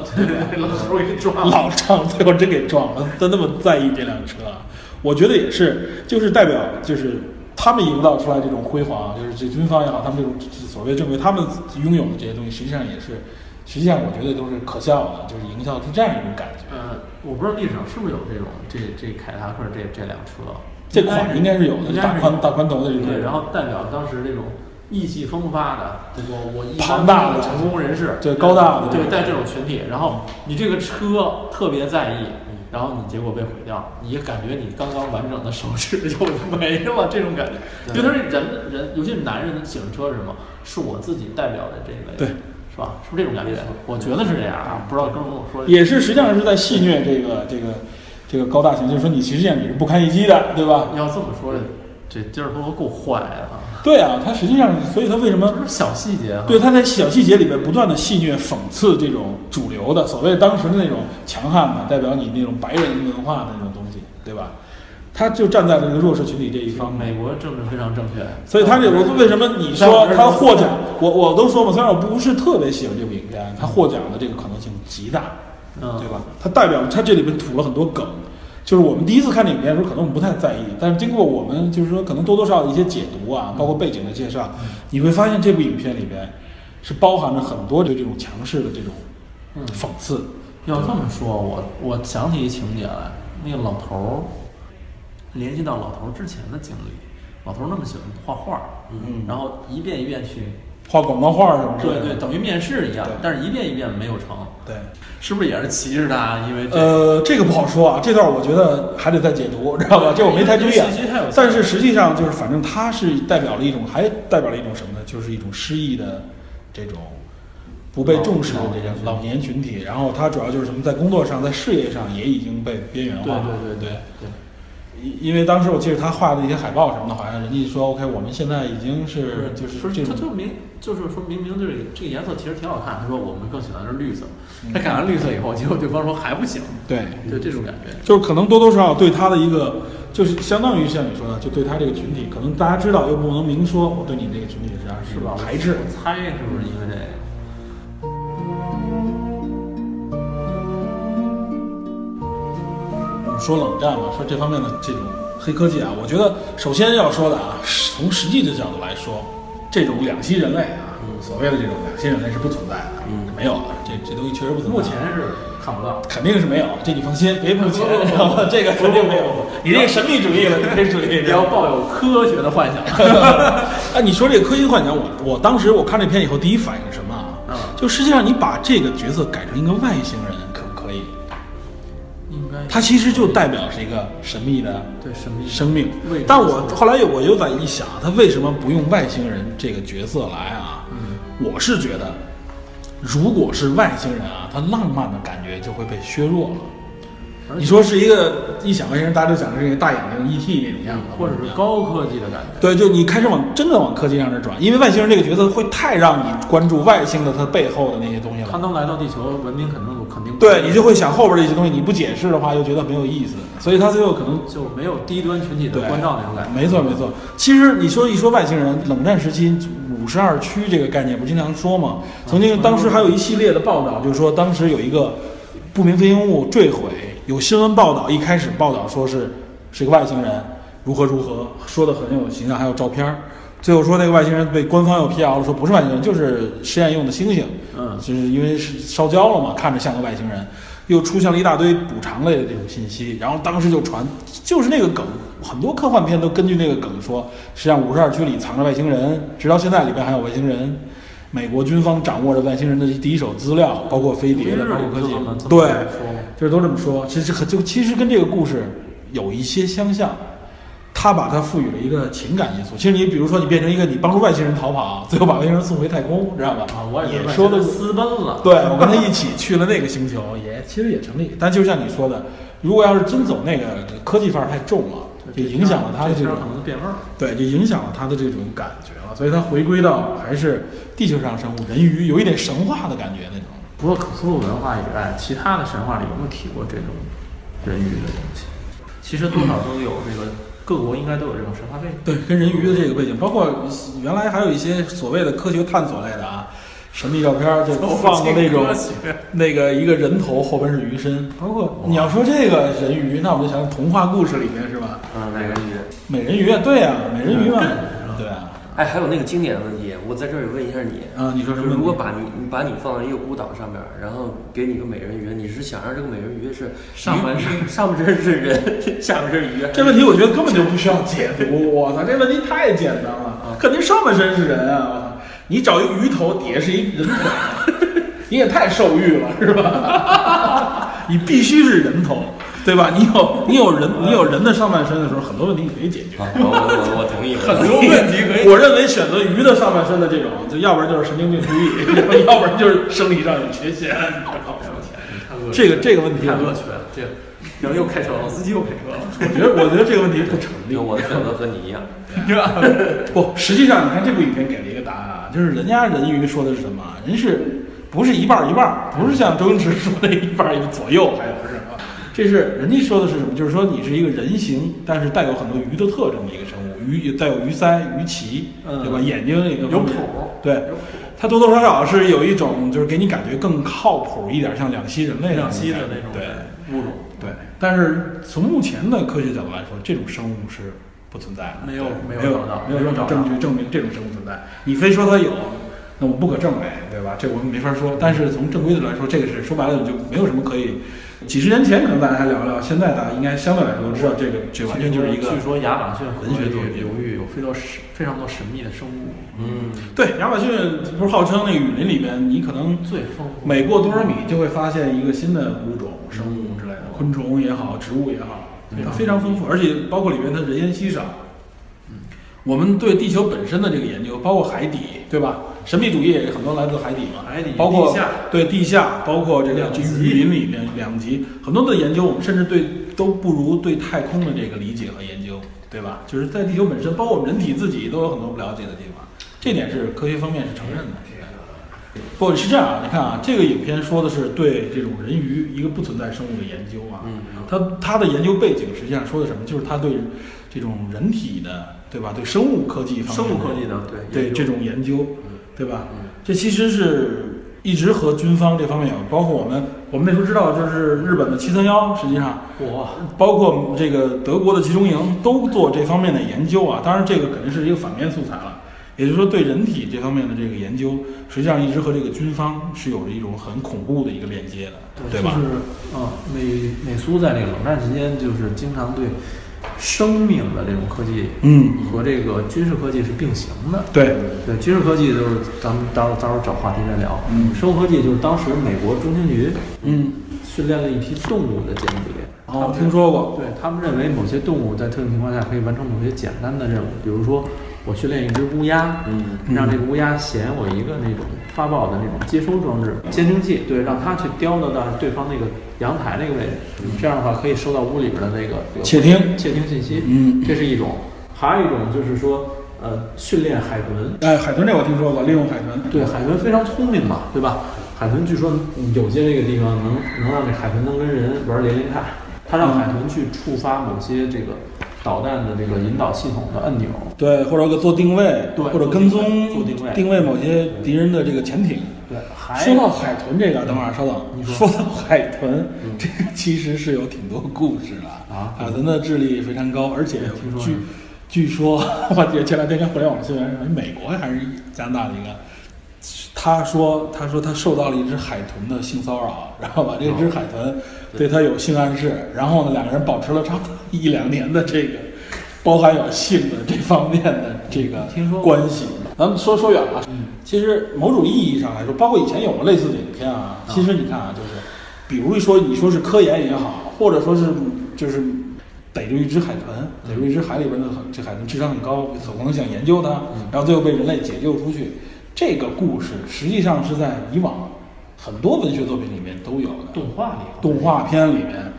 D: 老头给撞
C: 老撞，最后真给撞了。他那么在意这辆车啊，我觉得也是，就是代表就是他们营造出来这种辉煌啊，就是这军方也好，他们这种所谓正规，他们拥有的这些东西，实际上也是，实际上我觉得都是可笑的，就是营造出这样一种感觉。
D: 呃，我不知道历史上是不是有这种这这凯迪拉克这这辆车，
C: 这款应该是有的，
D: 应该
C: 大宽大宽头的这种。
D: 对，然后代表当时这种意气风发的，我我一
C: 庞大的
D: 般成功人士，
C: 对高大的嗯
D: 对，在这种群体，然后你这个车特别在意，然后你结果被毁掉，你感觉你刚刚完整的手指就没了，这种感觉，因为他是人人，尤其是男人喜欢车是什么，是我自己代表的这个，
C: 对，
D: 是吧？是不是这种感觉？我觉得是这样啊，不知道跟我说
C: 也是实际上是在戏谑这个这个这个高大型，就是说你实际上你是不堪一击的，对吧？
D: 你要这么说，这今儿头够坏的啊！
C: 对啊，他实际上，所以他为什么
D: 这都是小细节啊。
C: 对，他在小细节里边不断的戏谑、讽刺这种主流的所谓当时的那种强悍的，代表你那种白人文化的那种东西，对吧？他就站在了这个弱势群体这一方面，
D: 美国政治非常正确，
C: 所以他这我为什么你
D: 在我
C: 说
D: 这儿
C: 他获奖，我我都说嘛，虽然我不是特别喜欢这部影片，他获奖的这个可能性极大，
D: 嗯，
C: 对吧？它代表它这里面吐了很多梗，就是我们第一次看这影片的时候，可能我们不太在意，但是经过我们就是说可能多多少少的一些解读啊，包括背景的介绍，
D: 嗯
C: 你会发现这部影片里边是包含着很多对这种强势的这种
D: 嗯
C: 讽刺。
D: 要这么说，我我想起一情节来，那个老头儿，联系到老头儿之前的经历，老头儿那么喜欢画画，
C: 嗯
D: 然后一遍一遍去，
C: 画广告画什么之类
D: 对
C: 的。
D: 对，等于面试一样
C: 对，
D: 但是一遍一遍没有成，
C: 对。
D: 是不是也是歧视他？啊因为这个
C: 呃，这个不好说啊，这段我觉得还得再解读，知道吧？这我没太注意啊
D: 因为信息太有。
C: 但是实际上就是，反正它是代表了一种，还代表了一种什么呢？就是一种失意的这种不被重视的这个老年群体。然后它主要就是什么，在工作上、在事业上也已经被边缘化。
D: 对
C: 对
D: 对对对，
C: 因因为当时我记得他画的一些海报什么的，好像人家说 OK，我们现在已经是
D: 不
C: 就是
D: 不
C: 这
D: 是，他就
C: 种
D: 明就是说明明就是这个颜色其实挺好看，他说我们更喜欢的是绿色，
C: 嗯
D: 他改完绿色以后，结果对方说还不行，
C: 对。
D: 就这种感觉。
C: 就是可能多多少少对他的一个，就是相当于像你说的，就对他这个群体，可能大家知道又不能明说，我对你这个群体实际上是
D: 是吧？
C: 排斥。
D: 我猜是不是因为这个？
C: 我们说冷战嘛，说这方面的这种黑科技啊，我觉得首先要说的啊，是从实际的角度来说，这种两栖人类啊，
D: 嗯
C: 所谓的这种两栖人类是不存在的，
E: 嗯
C: 没有的，这这东西确实不存在。
D: 目前是看不到。
C: 肯定是没有，这你放心，别碰钱
D: 不不不，
C: 知道 吗？这个肯定没有
D: 不不不。
C: 你这个神秘主义了，你这主义
D: 也要抱有科学的幻想。
C: 哎，你说这个科技幻想，我我当时我看这片以后，第一反应是什么啊？
D: 嗯
C: 就实际上你把这个角色改成一个外星人，可不可以？
D: 应该
C: 它其实就代表是一个神秘的
D: 对神秘
C: 生命
D: 为什么。嗯
C: 但我后来又我又在一想，他为什么不用外星人这个角色来啊？我是觉得，如果是外星人啊，他浪漫的感觉就会被削弱了。你说是一个一想外星人，大家就想是一个大眼睛 ET 那种样子，
D: 或者
C: 怎么
D: 是
C: 样
D: 高科技的感觉。
C: 对，就你开始往真的往科技上这转，因为外星人这个角色会太让你关注外星的它背后的那些东西
D: 他
C: 了。
D: 能来到地球，文明肯定肯定
C: 对你就会想后边这些东西，你不解释的话又觉得没有意思，所以他最后可能
D: 就没有低端群体的
C: 对
D: 关照那种感觉。
C: 没错没错。其实你说一说外星人，冷战时期五十二区这个概念不经常说吗？
D: 啊
C: 曾经当时还有一系列的报道，就是说当时有一个不明飞行物坠毁，有新闻报道一开始报道说是是个外星人如何如何，说的很有形象，还有照片儿。最后说那个外星人被官方又辟谣了，说不是外星人，就是实验用的猩猩。
D: 嗯
C: 就是因为是烧焦了嘛，看着像个外星人，又出现了一大堆补偿类的这种信息，然后当时就传，就是那个梗，很多科幻片都根据那个梗说，实际上五十二区里藏着外星人，直到现在里边还有外星人。美国军方掌握着外星人的第一手资料，包括飞碟的，包括科技
D: 就这么，这么
C: 对
D: 说吗，
C: 就是都这么说。其实很就其实跟这个故事有一些相像，他把它赋予了一个情感因素。其实你比如说，你变成一个你帮助外星人逃跑，最后把外星人送回太空，知道吧？
D: 啊，我
C: 也
D: 也
C: 说的
D: 私奔了。
C: 对我跟他一起去了那个星球，也其实也成立。但就像你说的，如果要是真走那个科技范儿太重了，就影响了他的
D: 这
C: 这
D: 片
C: 种
D: 儿可能变味儿。
C: 对，就影响了他的这种感觉了。所以他回归到还是地球上生物，人鱼有一点神话的感觉那种。
D: 除了克苏鲁文化以外，其他的神话里有没有提过这种人鱼的东西？其实多少都有这个，各国应该都有这种神话背景。
C: 对，跟人鱼的这个背景，包括原来还有一些所谓的科学探索类的啊，神秘照片儿 就放的那 种那个一个人头后边是鱼身，包括你要说这个人鱼，那我们就想童话故事里面是吧？
D: 啊
E: 嗯，哪个鱼？
C: 美人鱼啊，对啊，美人鱼嘛，对啊，
E: 哎，还有那个经典的问题，我在这儿问一下你
C: 啊你说什么问
E: 就
C: 题
E: 如果把你你把你放在一个孤岛上面，然后给你个美人鱼，你是想让这个美人鱼是
D: 上半身
E: 鱼 上半身是人，下半身是 鱼？
C: 这问题我觉得根本就不需要解读。我操，这问题太简单了，肯定上半身是人啊！我操，你找一鱼头，底下是一人 腿，你也太兽欲了，是 吧？你必须是人头，对吧？你有你有人你有人的上半身的时候，很多问题你可以解决。
E: 好我我我同意，
C: 很多问题可以， 我认为选择鱼的上半身的这种，就要不然就是神经病故意， 要不然就是生理上有缺陷，你知道吗？这个这个问题，
D: 太
C: 我
D: 恶趣了，这然后又开车了，司机又开车了，
C: 觉得我觉得这个问题不成立。
E: 有我的选择和你一样，
D: 对吧？
C: 不，实际上你看这部影片给了一个答案啊，就是人家人鱼说的是什么啊？人是不是一半儿一半儿？不是像周星驰说的一半儿一左右，还不是啊？这是人家说的是什么？就是说你是一个人形，但是带有很多鱼的特征的一个生物，鱼带有鱼鳃、鱼鳍，对吧？
D: 嗯
C: 眼睛也
D: 有谱
C: 对，它多多少少是有一种就是给你感觉更靠谱一点，像两栖人类那种
D: 两栖的
C: 感觉
D: 那种
C: 对
D: 物种，
C: 对。但是从目前的科学角度来说，这种生物是不存在的，
D: 没有
C: 对
D: 没有
C: 没有
D: 找到
C: 没有任
D: 没
C: 何
D: 有找到
C: 证据证明这种生物存在。你非说它有，那我们不可证伪，对吧？这我们没法说。但是从正规的来说，这个是说白了你就没有什么可以。几十年前可能大家还聊聊，现在大家应该相对来说都知道这个，这完全就是一个
D: 据说亚马逊河
C: 文学作品
D: 流域有非常神非常多神秘的生物，
E: 嗯，
C: 对亚马逊不是号称那个雨林里边，你可能
D: 嗯最丰富。
C: 每过多少米就会发现一个新的物种、生物之类的，昆虫也好，植物也好，
D: 嗯
C: 它非常丰富，而且包括里面它人烟稀少。
D: 嗯
C: 我们对地球本身的这个研究，包括海底，对吧？神秘主义也很多来自海底嘛，
D: 海底
C: 包括
D: 地下
C: 对地下，包括这个这雨林里面两极，很多的研究，我们甚至对都不如对太空的这个理解和研究，对吧？就是在地球本身，包括我们人体自己都有很多不了解的地方，这点是科学方面是承认的。不是这样啊，你看啊，这个影片说的是对这种人鱼一个不存在生物的研究啊，
E: 嗯
C: 它它的研究背景实际上说的什么，就是它对这种人体的，对吧？对生物科技方面
D: 生物科技的对
C: 对
D: 研究嗯
C: 这种研究，对
E: 嗯
C: 吧？这其实是一直和军方这方面有，包括我们我们那时候知道，就是日本的七三幺，实际上
D: 哇，
C: 包括这个德国的集中营都做这方面的研究啊。当然，这个肯定是一个反面素材了。也就是说，对人体这方面的这个研究，实际上一直和这个军方是有着一种很恐怖的一个链接的，对吧？
D: 就是嗯，美美苏在这个冷战期间，就是经常对生命的这种科技
C: 嗯，
D: 和这个军事科技是并行的。
C: 对，
D: 对，军事科技就是咱们到时候到时候找话题再聊。
C: 嗯
D: 生物科技就是当时美国中情局
C: 嗯，
D: 训练了一批动物的间谍。
C: 哦，我听说过，
D: 对他们认为某些动物在特定情况下可以完成某些简单的任务，比如说我训练一只乌鸦，
E: 嗯，
D: 让这个乌鸦衔我一个那种发报的那种接收装置，监听器，对，让它去叼到到对方那个阳台那个位置，这样的话可以收到屋里边的那个这个
C: 嗯窃听
D: 窃听信息，
C: 嗯，
D: 这是一种，还有一种就是说，呃，训练海豚，
C: 哎，海豚这我听说过，利用海豚。
D: 对，海豚非常聪明嘛，对吧？海豚据说有些这个地方能能让这海豚能跟人玩连连看，它让海豚去触发某些这个导弹的这个引导系统的按钮。
C: 对，或者给做定位，
D: 对
C: 或者跟踪
D: 做定位
C: 定位某些敌人的这个潜艇。
D: 对，还
C: 说到海豚这个，等会儿啊稍等，
D: 你
C: 说
D: 说嗯
C: 到 海豚，这个其实是有挺多故事的
D: 啊
C: 海豚的智力非常高，而且
D: 听说
C: 据据说， 我记得前两天看互联网新闻，什么美国还是加拿大的一个。他说：“他说他受到了一只海豚的性骚扰， 然后把这只海
D: 哦
C: 豚对他有性暗示，然后呢，两个人保持了差不多一两年的这个包含有性的这方面的这个
D: 听说过嗯
C: 关系。咱们说说远了，啊其实某种意义上来说，包括以前有过类似的影片啊。其实你看啊，就是比如说你说是科研也好，或者说是就是逮住一只海豚，逮住一只海里边的这海豚智商很高，可能想研究它，然后最后被人类解救出去。这个故事实际上是在以往很多文学作品里面都有的，
D: 动画里，
C: 动画片里面，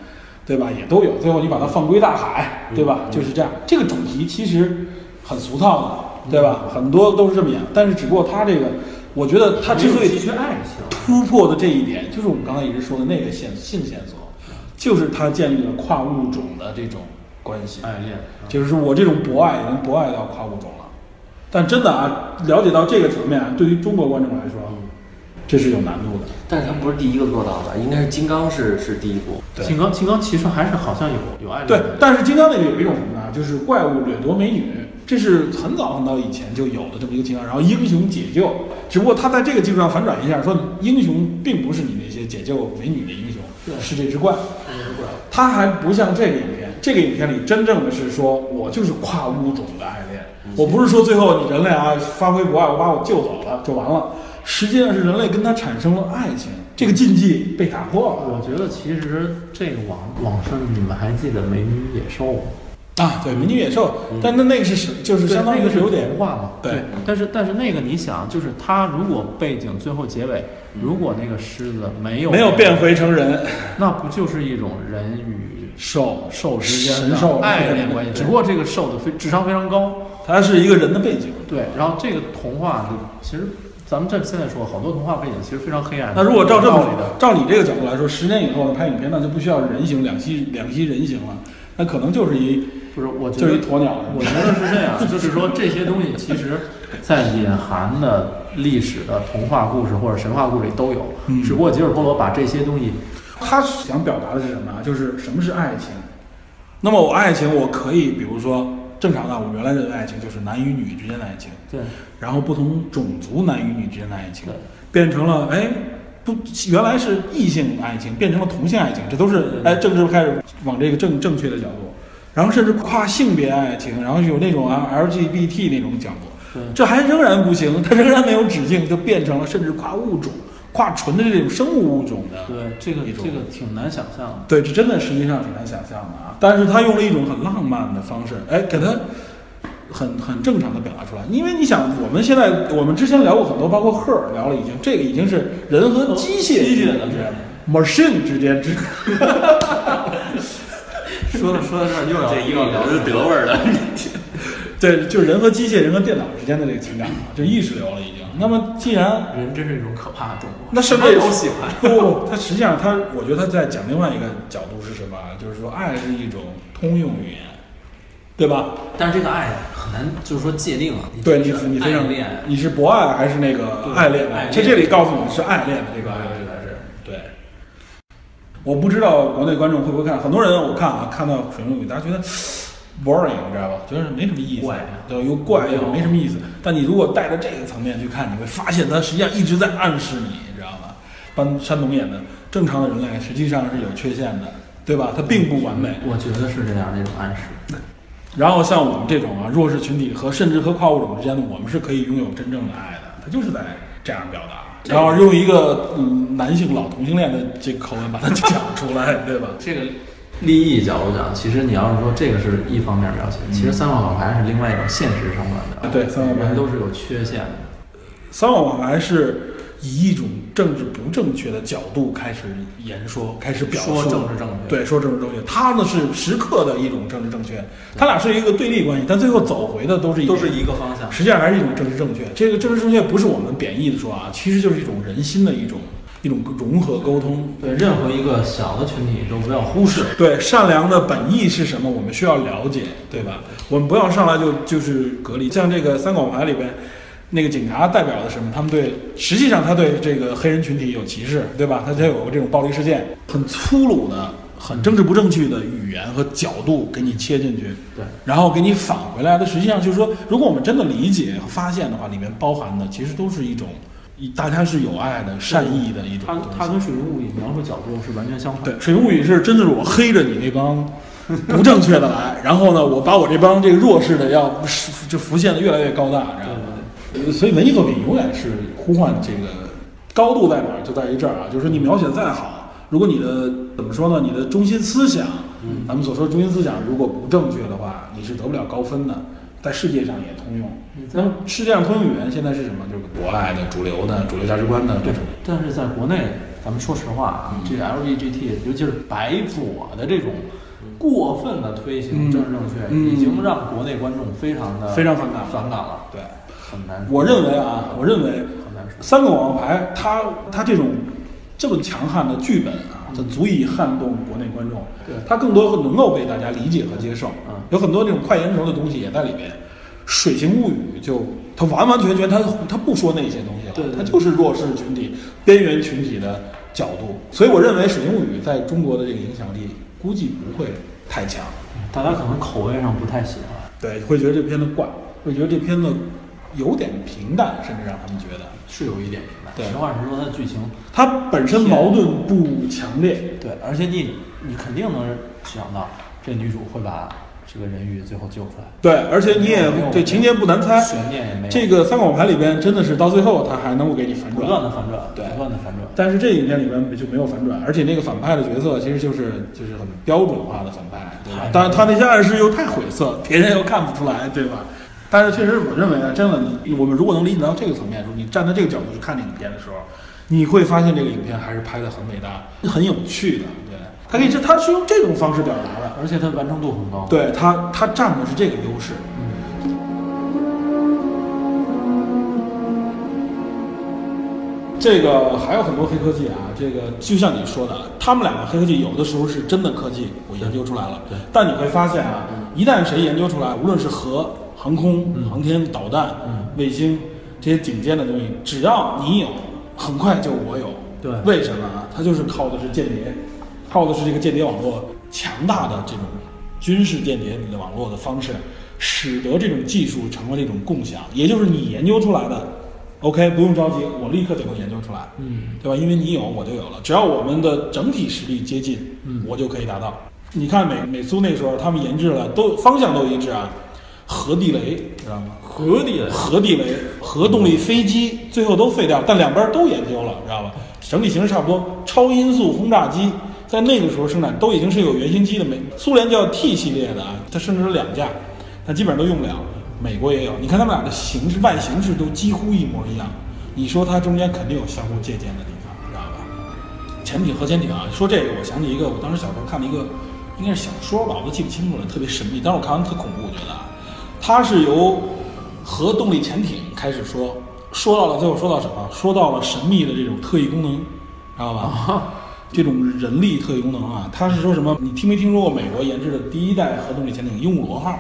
C: 对吧？也都有。最后你把它放归大海，对吧？就是这样。这个主题其实很俗套的，对吧？很多都是这么演，但是只不过它这个，我觉得它之所以
D: 继续爱情，
C: 突破的这一点，就是我们刚才一直说的那个线性线索，就是它建立了跨物种的这种关系。
D: 爱恋，
C: 就是说我这种博爱已经博爱到跨物种了。但真的啊，了解到这个层面啊，对于中国观众来说，啊这是有难度的。
E: 但是他不是第一个做到的，应该是金刚是是第一步。
C: 对
D: 金刚，金刚其实还是好像有有爱恋
C: 对
D: 的，
C: 但是金刚那个有一种什么呢？就是怪物掠夺美女，这是很早很早以前就有的这么一个情况。然后英雄解救，只不过他在这个基础上反转一下，说英雄并不是你那些解救美女的英雄，是这只怪。他还不像这个影片，这个影片里真正的是说我就是跨物种的爱恋，我不是说最后你人类啊发挥博爱，我把我救走了就完了。实际上是人类跟他产生了爱情，这个禁忌被打破
D: 我觉得其实这个往往事，你们还记得《美女野兽》吗？
C: 了啊！对，美女野兽，但那那个是什就是
D: 对
C: 相当于
D: 那个
C: 是有点
D: 童话嘛。
C: 对
D: 但是但是那个你想，就是他如果背景最后结尾，如果那个狮子没有
C: 没有变，回成人，
D: 那不就是一种人与
C: 兽
D: 兽之间
C: 神兽
D: 的爱恋关系？只不过这个兽的非智商非常高，
C: 它是一个人的背景。
D: 对。然后这个童话就其实咱们这现在说好多童话背景其实非常黑暗。
C: 那如果照这
D: 有
C: 么
D: 道理的，
C: 照你这个角度来说，十年以后呢，拍影片那就不需要人形两栖两栖人形了，那可能就是一
D: 不是我觉
C: 就
D: 得
C: 是一鸵鸟。
D: 我觉得是这样，就是说这些东西其实，在隐含的历史的童话故事或者神话故事里都有，
C: 嗯
D: 只不过吉尔伯罗把这些东西，
C: 他想表达的是什么啊？就是什么是爱情。那么我爱情，我可以比如说正常的，我们原来认为爱情就是男与女之间的爱情，
D: 对
C: 然后不同种族男与女之间的爱情
D: 对，
C: 变成了哎不，原来是异性爱情，变成了同性爱情，这都
D: 嗯
C: 是哎政治开始往这个正正确的角度，然后甚至跨性别爱情，然后有那种啊 LGBT 那种角度
D: 对，
C: 这还仍然不行，它仍然没有止境，就变成了甚至跨物种、跨纯的这种生物物种的。
D: 对，这个
C: 一种
D: 这个挺难想象的。
C: 对，这真的实际上挺难想象的啊。但是他用了一种很浪漫的方式，哎，给他很很正常的表达出来。因为你想，我们现在我们之前聊过很多，包括赫尔聊了，已经这个已经是人和机械之
D: 机械
C: 间
D: 的
C: ，machine 之间之
D: 说的说到这儿又要
E: 这又聊是德味儿了，
C: 对，就是人和机械、人和电脑之间的这个情感啊，这意识流了已经。那么既然
D: 人真是一种可怕的动物，
C: 那
D: 什
C: 什
D: 么
C: 么
D: 都喜欢。
C: 不不不，他实际上他，我觉得他在讲另外一个角度是什么啊？就是说，爱是一种通用语言，对吧？
D: 但是这个爱很难，就是说界定啊。
C: 对你
D: 这，个
C: 你非常
D: 爱恋，
C: 你是博爱还是那个爱恋啊
D: 爱？恋
C: 这这里告诉你是爱恋的这个爱恋才是对。我不知道国内观众会不会看，很多人我看啊，看到水木语，大家觉得 boring，你知道吧？觉得没什么意思
D: 怪，啊
C: 对，又怪又没什么意思。但你如果带着这个层面去看，你会发现它实际上一直在暗示你，你知道吗？班山东演的正常的人类实际上是有缺陷的，对吧？它并不完美。
D: 我觉得是这样的一种暗示。
C: 然后像我们这种啊弱势群体和甚至和跨物种之间的，我们是可以拥有真正的爱的，他就是在这样表达。然后 用一个嗯男性老同性恋的这口吻把它讲出来，对吧？
D: 这个利益角度讲，其实你要是说这个是一方面描写，其实三号网牌是另外一种现实生活的。
C: 对三号牌
D: 人都是有缺陷的。
C: 三号网还是以一种政治不正确的角度开始言说，开始表述
D: 说政治正确
C: 对，说政治正确，他呢是时刻的一种政治正确，他俩是一个对立关系，但最后走回的都是一
D: 都是一个方向
C: 啊实际上还是一种政治正确。这个政治正确不是我们贬义的说啊，其实就是一种人心的一种一种融合沟通。
D: 对任何一个小的群体都不要忽视。
C: 对善良的本意是什么，我们需要了解，对吧？我们不要上来就就是隔离。像这个三广牌里边，那个警察代表的什么？他们对实际上他对这个黑人群体有歧视，对吧？他才有过这种暴力事件，很粗鲁的、很政治不正确的语言和角度给你切进去，
D: 对，
C: 然后给你返回来的，实际上就是说，如果我们真的理解和发现的话，里面包含的其实都是一种。一大家是有爱的、善意的一种
D: 它
C: 东西
D: 它跟水中物语描述角度是完全相反。
C: 对，《水中物语》是真的是我黑着你那帮不正确的来，然后呢，我把我这帮这个弱势的要就浮现的越来越高大，然后呃所以文艺作品永远是呼唤这个高度在哪儿，就在于这儿啊，就是你描写的再好，如果你的怎么说呢，你的中心思想，咱们所说的中心思想如果不正确的话，你是得不了高分的，在世界上也通用。那世界上通用语言现在是什么？就是国外的主流的主流价值观的这种。
D: 但是在国内，咱们说实话，啊这 LGBT，尤其是白左的这种过分的推行
C: 嗯
D: 政治正确，
C: 嗯
D: 已经让国内观众非常的
C: 非常反感
D: 反感了，
C: 对，
D: 很难说。
C: 我认为啊，我认为
D: 很难说。
C: 三个王牌，它它这种这么强悍的剧本啊，它足以撼动国内观众
D: 嗯对，
C: 它更多能够被大家理解和接受啊
D: 嗯。
C: 有很多这种快言轴的东西也在里面，《水形物语》就它完完全全它它不说那些东西了，
D: 对对
C: 它就是弱势群体、边缘群体的角度。所以我认为《水形物语》在中国的这个影响力估计不会太强。
D: 大家可能口味上不太喜欢。
C: 对，会觉得这片子怪，会觉得这片子有点平淡，甚至让他们觉得
D: 是有一点明白，
C: 对
D: 实话实说，它的剧情
C: 它本身矛盾不强烈。
D: 对，而且你你肯定能想到，这女主会把这个人鱼最后救出来，
C: 对，而且你也
D: 没有
C: 对情节不难猜，
D: 悬念也没有，
C: 这个三广牌里边真的是到最后它还能够给你反
D: 不断
C: 转，
D: 的反转，
C: 对
D: 不断的反转。
C: 但是这影片里边就没有反转，而且那个反派的角色其实就是就是很标准化的反派，对吧
D: 太？
C: 但是他那些暗示又太晦涩，别人又看不出来，对吧？但是确实，我认为啊，真的，你我们如果能理解到这个层面的时候，你站在这个角度去看这个影片的时候，你会发现这个影片还是拍的很伟大、很有趣的，对。它可以这，它是用这种方式表达的，
D: 而且它完成度很高，
C: 对他，他占的是这个优势。这个还有很多黑科技啊，这个就像你说的，他们两个黑科技有的时候是真的科技，我研究出来了，
D: 对嗯
C: 但你会发现啊，一旦谁研究出来，无论是核、航空、航天、导弹、
D: 嗯
C: 卫星这些顶尖的东西，只要你有，很快就我有。
D: 对
C: 为什么啊？它就是靠的是间谍，靠的是这个间谍网络强大的这种军事间谍的网络的方式，使得这种技术成为了一种共享，也就是你研究出来的。OK，不用着急，我立刻就能研究出来，
D: 嗯，
C: 对吧？因为你有，我就有了。只要我们的整体实力接近，
D: 嗯
C: 我就可以达到。你看美美苏那时候，他们研制了，都方向都一致啊，核地雷，知道吗？
D: 合理的
C: 核地雷、核动力飞机最后都废掉，但两边都研究了，知道吧？整体形式差不多。超音速轰炸机在那个时候生产都已经是有原型机的，美苏联叫 T 系列的啊，它生产了两架，但基本上都用不了。美国也有，你看他们俩的形式、外形是都几乎一模一样，你说它中间肯定有相互借鉴的地方，知道吧？潜艇核潜艇啊，说这个我想起一个，我当时小时候看了一个，应该是小说吧，我都记不清楚了，特别神秘。但是我看完特恐怖，我觉得啊，它是由核动力潜艇开始说，说到了最后说到什么？说到了神秘的这种特异功能，知道吧？这种人力特异功能啊，它是说什么？你听没听说过美国研制的第一代核动力潜艇鹦鹉螺号？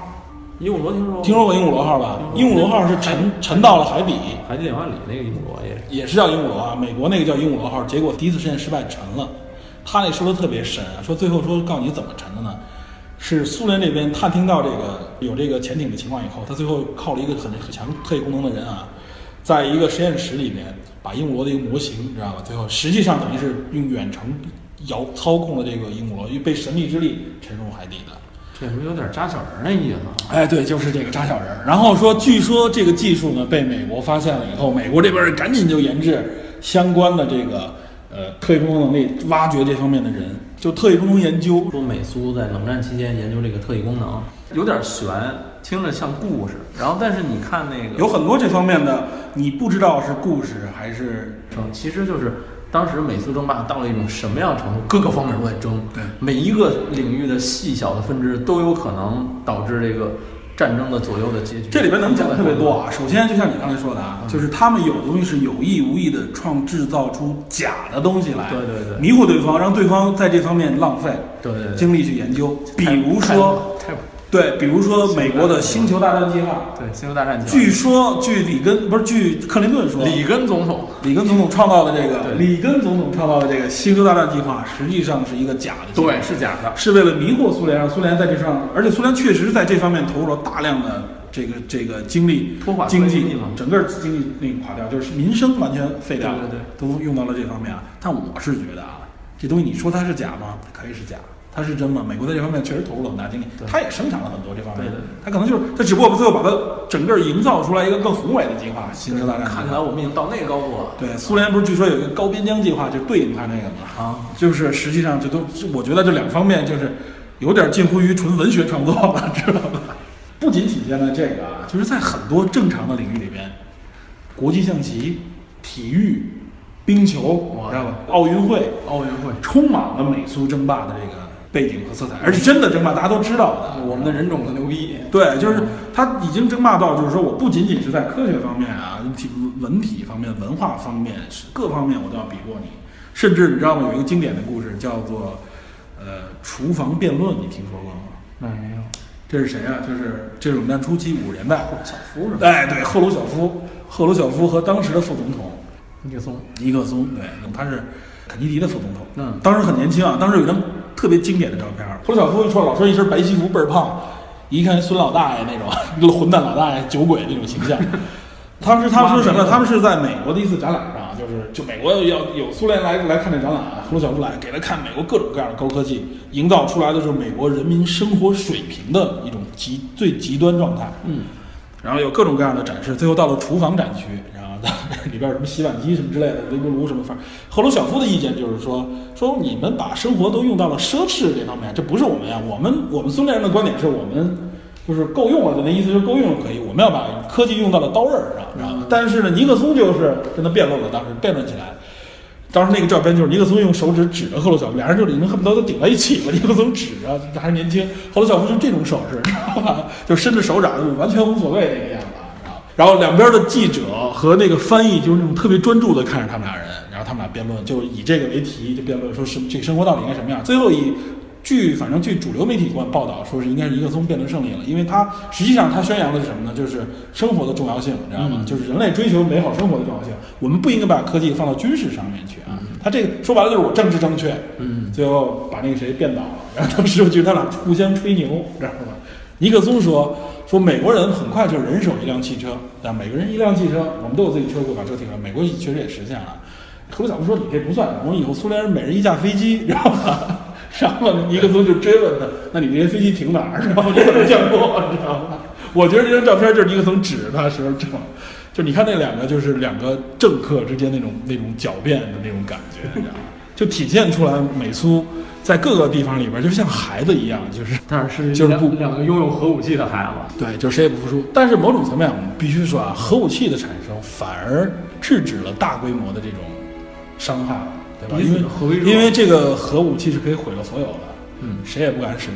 D: 鹦鹉螺听说
C: 听说过鹦鹉螺号吧？鹦鹉螺号是沉沉到了海底，
D: 海底两万里那个鹦鹉螺也是，
C: 也是叫鹦鹉螺啊，美国那个叫鹦鹉螺号，结果第一次实验失败沉了。他那说的特别深啊，说最后说告诉你怎么沉的呢？是苏联这边探听到这个有这个潜艇的情况以后，他最后靠了一个很很强特异功能的人啊，在一个实验室里面把鹦鹉螺的一个模型，你知道吧？最后实际上等于是用远程遥操控了这个鹦鹉螺，又被神秘之力沉入海底的。
D: 这不是有点扎小人儿那意思啊吗？
C: 哎，对，就是这个扎小人儿。然后说，据说这个技术呢被美国发现了以后，美国这边儿赶紧就研制相关的这个呃特异功能能力挖掘这方面的人，就特异功能研究。
D: 说美苏在冷战期间研究这个特异功能，有点悬，听着像故事。然后，但是你看那个
C: 有很多这方面的，你不知道是故事还是
D: 争，其实就是当时美苏争霸到了一种什么样程度，各个方面都在争，
C: 对
D: 每一个领域的细小的分支都有可能导致这个战争的左右的结局。
C: 这里边能讲的特别多啊。首先，就像你刚才说的啊，就是他们有的东西是有意无意的创制造出假的东西来，
D: 对对对
C: 迷惑对方，让对方在这方面浪费
D: 对对对
C: 精力去研究。比
D: 太，
C: 如说，
D: 太，太
C: 对，比如说美国的星球大战计划，
D: 对星球大战
C: 据说据里根不是据克林顿说，
D: 里根总统
C: 里根总统创造的这个，
D: 对
C: 里根总统创造的这个星球大战计划，实际上是一个假的计划，
D: 对是假的，
C: 是为了迷惑苏联，让苏联在这上，而且苏联确实在这方面投入了大量的这个这个精力，
D: 拖垮苏
C: 经
D: 联
C: 济
D: 经济嘛
C: 整个经济那个垮掉，就是民生完全废掉，
D: 对对
C: 都用到了这方面啊。但我是觉得啊，这东西你说它是假吗？它可以是假。它是真吗？美国在这方面确实投入了很大精力，
D: 对
C: 它也生产了很多这方面。
D: 对对对
C: 它可能就是它，只不过最后把它整个营造出来一个更宏伟的计划——星球大战计划。
D: 看起来我们已经到那个高度了
C: 对，苏联不是据说有一个高边疆计划，就对应他那个嘛，
D: 啊。
C: 就是实际上这都，我觉得这两方面就是有点近乎于纯文学创作了，知道吧？ 不仅体现了这个啊，就是在很多正常的领域里边，国际象棋、体育、冰球，
D: 哇
C: 知道吧？奥运会
D: 奥运会，
C: 充满了美苏争霸的这个背景和色彩，而且真的争霸，大家都知道的。
D: 我们的人种的牛逼，
C: 对，就是他已经争霸到，就是说我不仅仅是在科学方面啊，体文体方面、文化方面，是各方面我都要比过你。甚至你知道吗？有一个经典的故事叫做呃厨房辩论，你听说过吗？
D: 没有
C: 这是谁啊？就是这是冷战初期五十年代，
D: 小夫是吧？
C: 哎，对，赫鲁晓夫，赫鲁晓夫和当时的副总统
D: 尼克松，
C: 尼克松，对，他是肯尼迪的副总统，
D: 嗯
C: 当时很年轻啊，当时有一张特别经典的照片儿，赫鲁晓夫一说，老穿一身白西服，倍儿胖，一看孙老大爷那种 混蛋老大爷、酒鬼那种形象。当时他说什么呢？他们是在美国的一次展览上，啊就是就美国要有苏联来来看这展览，赫鲁晓夫来给他看美国各种各样的高科技，营造出来的就是美国人民生活水平的一种极最极端状态。嗯，然后有各种各样的展示，最后到了厨房展区，然后到 里边有什么洗碗机什么之类的，微波炉什么，反正赫鲁晓夫的意见就是说，说你们把生活都用到了奢侈这方面，这不是我们呀，我们我们苏联人的观点是我们就是够用了，就那意思就是够用就可以，我们要把科技用到了刀刃上，知道吧？但是呢，尼克松就是跟他辩论了，当时辩论起来。当时那个照片就是尼克松用手指指着赫鲁晓夫，俩人就已经恨不得都顶在一起了。尼克松指着，还是年轻，赫鲁晓夫就这种手势，知道吧？就伸着手掌，完全无所谓那个样子。知道吧然后两边的记者和那个翻译就是那种特别专注的看着他们俩人，然后他们俩辩论，就以这个为题，就辩论说是这生活到底应该什么样。最后以据反正据主流媒体观报道，说是应该是尼克松辩论胜利了，因为他实际上他宣扬的是什么呢？就是生活的重要性，你知道吗？就是人类追求美好生活的重要性。我们不应该把科技放到军事上面去啊。他这个说白了就是我政治正确，嗯，最后把那个谁变倒了，然后当时就觉得他俩互相吹牛，知道吗？尼克松说说美国人很快就人手一辆汽车，但每个人一辆汽车，我们都有自己车库，把车停了。美国确实也实现了。赫鲁晓夫说：“你这不算，我们以后苏联人每人一架飞机，知道吗？”然后尼克松就追问他：“那你这些飞机停哪儿？然后你怎么降落？你知道吗？”我觉得这张照片就是尼克松指着他时候照，就你看那两个就是两个政客之间那种那种狡辩的那种感觉，你知道吗？就体现出来美苏在各个地方里边就像孩子一样，就是
D: 但是
C: 就是不
D: 两两个拥有核武器的孩子，
C: 对，就谁也不服输。但是某种层面，我们必须说啊，核武器的产生反而制止了大规模的这种伤害，对吧？
D: 彼
C: 因
D: 此
C: 为
D: 的合为弱
C: 因为这个核武器是可以毁了所有的，
D: 嗯，
C: 谁也不敢使。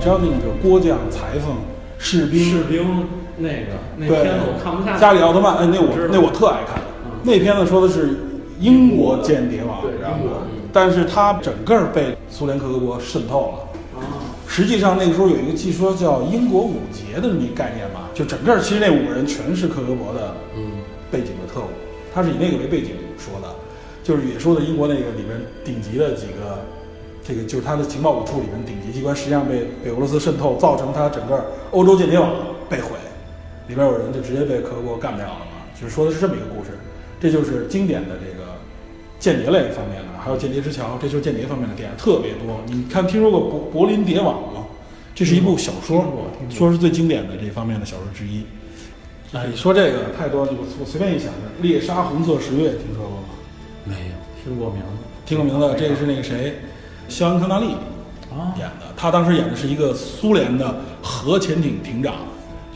C: 知道那种就是郭将、裁缝、士兵、
D: 士兵那个那
C: 对，
D: 片子我看不下去，
C: 加里奥特曼，哎，那我
D: 知道嗯
C: 那我特爱看。那片子说的是英国间谍网，
D: 对
C: 知道吗
D: 英国
C: 但是它整个被苏联克格勃渗透了。
D: 啊
C: 实际上那个时候有一个据说叫英国五杰的这么一概念吧，就整个其实那五个人全是克格勃的背景的特务，他是以那个为背景说的，就是也说的英国那个里面顶级的几个，这个就是他的情报五处里面顶级机关，实际上被被俄罗斯渗透，造成他整个欧洲间谍网被毁，里边有人就直接被克格勃干掉了嘛，就是说的是这么一个故事，这就是经典的这个间谍类方面的，还有《间谍之桥》，这就是间谍方面的电影特别多。你看听说过柏柏林谍网吗？这是一部小说
D: 听过听，过
C: 说是最经典的这方面的小说之一。哎，你说这个太多了，我我随便一想的，《猎杀红色十月》听说过吗？
B: 没有，
D: 听过名字
C: 听过名字，这个是那个谁，肖恩康纳利
D: 啊
C: 演的，他当时演的是一个苏联的核潜艇艇长，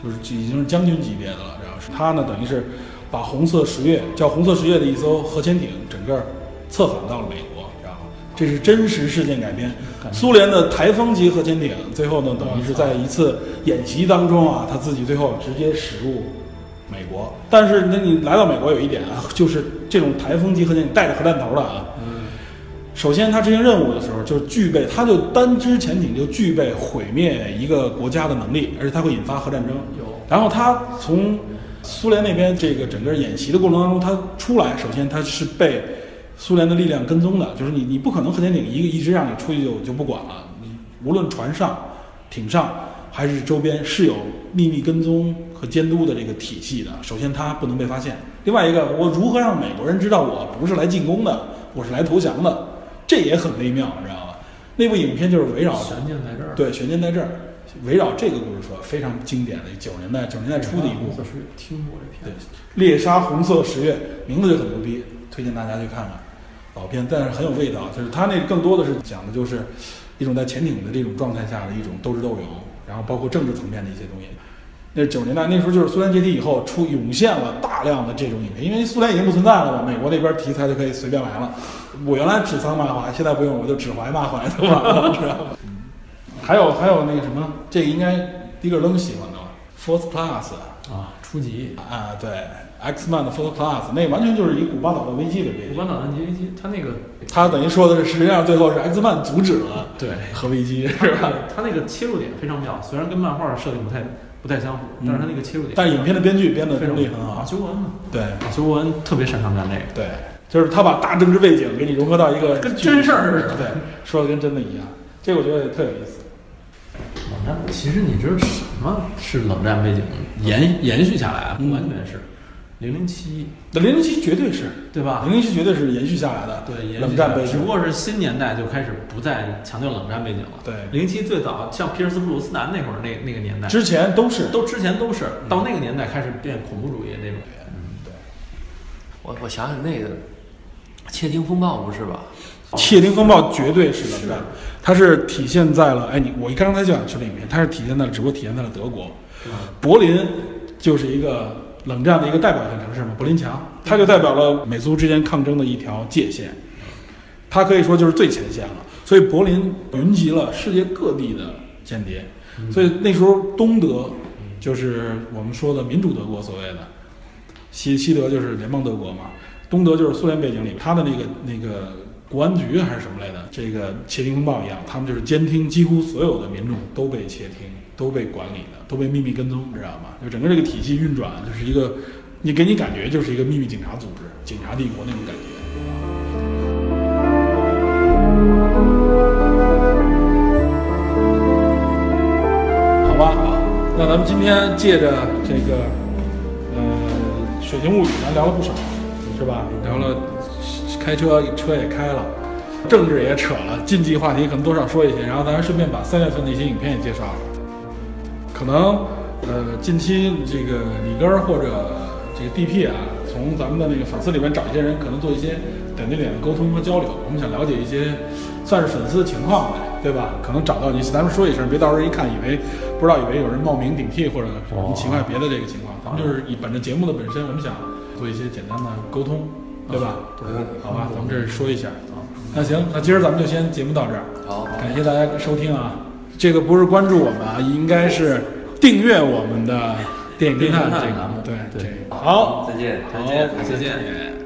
C: 就是已经是将军级别的了。然后是他呢，等于是把红色十月叫红色十月的一艘核潜艇整个策反到了美国，然后这是真实事件改编。苏联的台风级核潜艇最后呢，等于是在一次演习当中啊，他自己最后直接驶入美国。但是那你来到美国有一点啊，就是这种台风级核潜艇带着核弹头的啊。首先，它执行任务的时候就具备，它就单只潜艇就具备毁灭一个国家的能力，而且它会引发核战争。
D: 有
C: 然后它从苏联那边这个整个演习的过程当中，它出来，首先它是被苏联的力量跟踪的，就是你你不可能核潜艇一个一直让你出去就就不管了，你无论船上、艇上还是周边是有秘密跟踪和监督的这个体系的。首先，它不能被发现；另外一个，我如何让美国人知道我不是来进攻的，我是来投降的？这也很微妙，你知道吧？那部影片就是围绕
D: 悬念在这儿。，
C: 对，悬念在这儿，围绕这个故事说，非常经典的九十年代九十年代初的一部
D: 我是听过这
C: 对
D: 片子，，
C: 猎杀红色十月，名字就很牛逼，推荐大家去看看，老片，但是很有味道。就是它那更多的是讲的就是一种在潜艇的这种状态下的一种斗智斗勇，然后包括政治层面的一些东西。那九十年代那时候就是苏联解体以后，出涌现了大量的这种影片，因为苏联已经不存在了嘛，美国那边题材就可以随便来了。我原来指桑骂槐，现在不用，我就指怀骂槐就完了，知道吗？ 还有还有那个什么，这个应该迪格登喜欢的吧，Fourth Class。
D: 啊，初级。
C: 啊，对，X Man 的 Photo Class 那完全就是以古巴岛的危机为背
D: 古
C: 景，
D: 巴导弹级危机，它那个
C: 他等于说的是，实际上最后是 X Man 阻止了
D: 对
C: 核危机，
D: 它
C: 是
D: 那
C: 吧？
D: 个它那个切入点非常妙，虽然跟漫画设定不太不太相符，
C: 嗯
D: 但是它那个切入点，
C: 但是影片的编剧编的
D: 非常
C: 功力很
D: 啊，
C: 好，
D: 修文嘛，
C: 对
D: 马修文特别擅长干这个。
C: 对，就是他把大政治背景给你融合到一个
D: 跟真事儿似的
C: 对，说的跟真的一样，这个我觉得也特有意思。
D: 冷战，其实你知道什么是冷战背景延延续下来啊？
C: 嗯
D: 完全是零零七，
C: 那零零七绝对是，
D: 对吧
C: 零？零七绝对是延续下来的，
D: 对，延续
C: 嗯冷战背
D: 只
C: 景
D: 不，过是新年代就开始不再强调冷战背景了。
C: 对
D: 零七最早像皮尔斯布鲁斯南那会儿那那个年代，
C: 之嗯前都是
D: 都之前都是到那个年代开始变恐怖主义那种。
E: 我我想想那个《窃听风暴》不是吧？
C: 《窃听风暴》绝对是冷战，它是体现在了哎，你我刚才就想说这影片，它是体现在了，只不过体现在了德国，柏林就是一个冷战的一个代表性城市嘛，柏林墙，它就代表了美苏之间抗争的一条界限，它可以说就是最前线了。所以柏林云集了世界各地的间谍，所以那时候东德就是我们说的民主德国所谓的，西西德就是联邦德国嘛，东德就是苏联背景里，他的那个那个国安局还是什么来的，这个窃听风暴一样，他们就是监听几乎所有的民众都被窃听，都被管理的，都被秘密跟踪，知道吗？就整个这个体系运转就是一个，你给你感觉就是一个秘密警察组织、警察帝国那种感觉。好吧，那咱们今天借着这个，呃，《水形物语》，咱聊了不少，是吧？聊了开车，车也开了，政治也扯了，禁忌话题可能多少说一些，然后咱还顺便把三月份的一些影片也介绍了。可能呃，近期这个李根儿或者这个 DP 啊，从咱们的那个粉丝里面找一些人，可能做一些点对点的沟通和交流。我们想了解一些算是粉丝的情况呗，对吧？可能找到你，咱们说一声，别到时候一看以为不知道，以为有人冒名顶替或者啊什么奇怪别的这个情况。咱们就是以本着节目的本身，我们想做一些简单的沟通，对吧？好吧，咱们这儿说一下啊。那行，那今儿咱们就先节目到这儿。
E: 好，
C: 感谢大家收听啊！这个不是关注我们啊，应该是订阅我们的电影侦探这
D: 电影侦探栏
C: 个
D: 目
C: 对
D: 对
C: 这个好，
E: 再见，
C: 好
D: 再见，再见。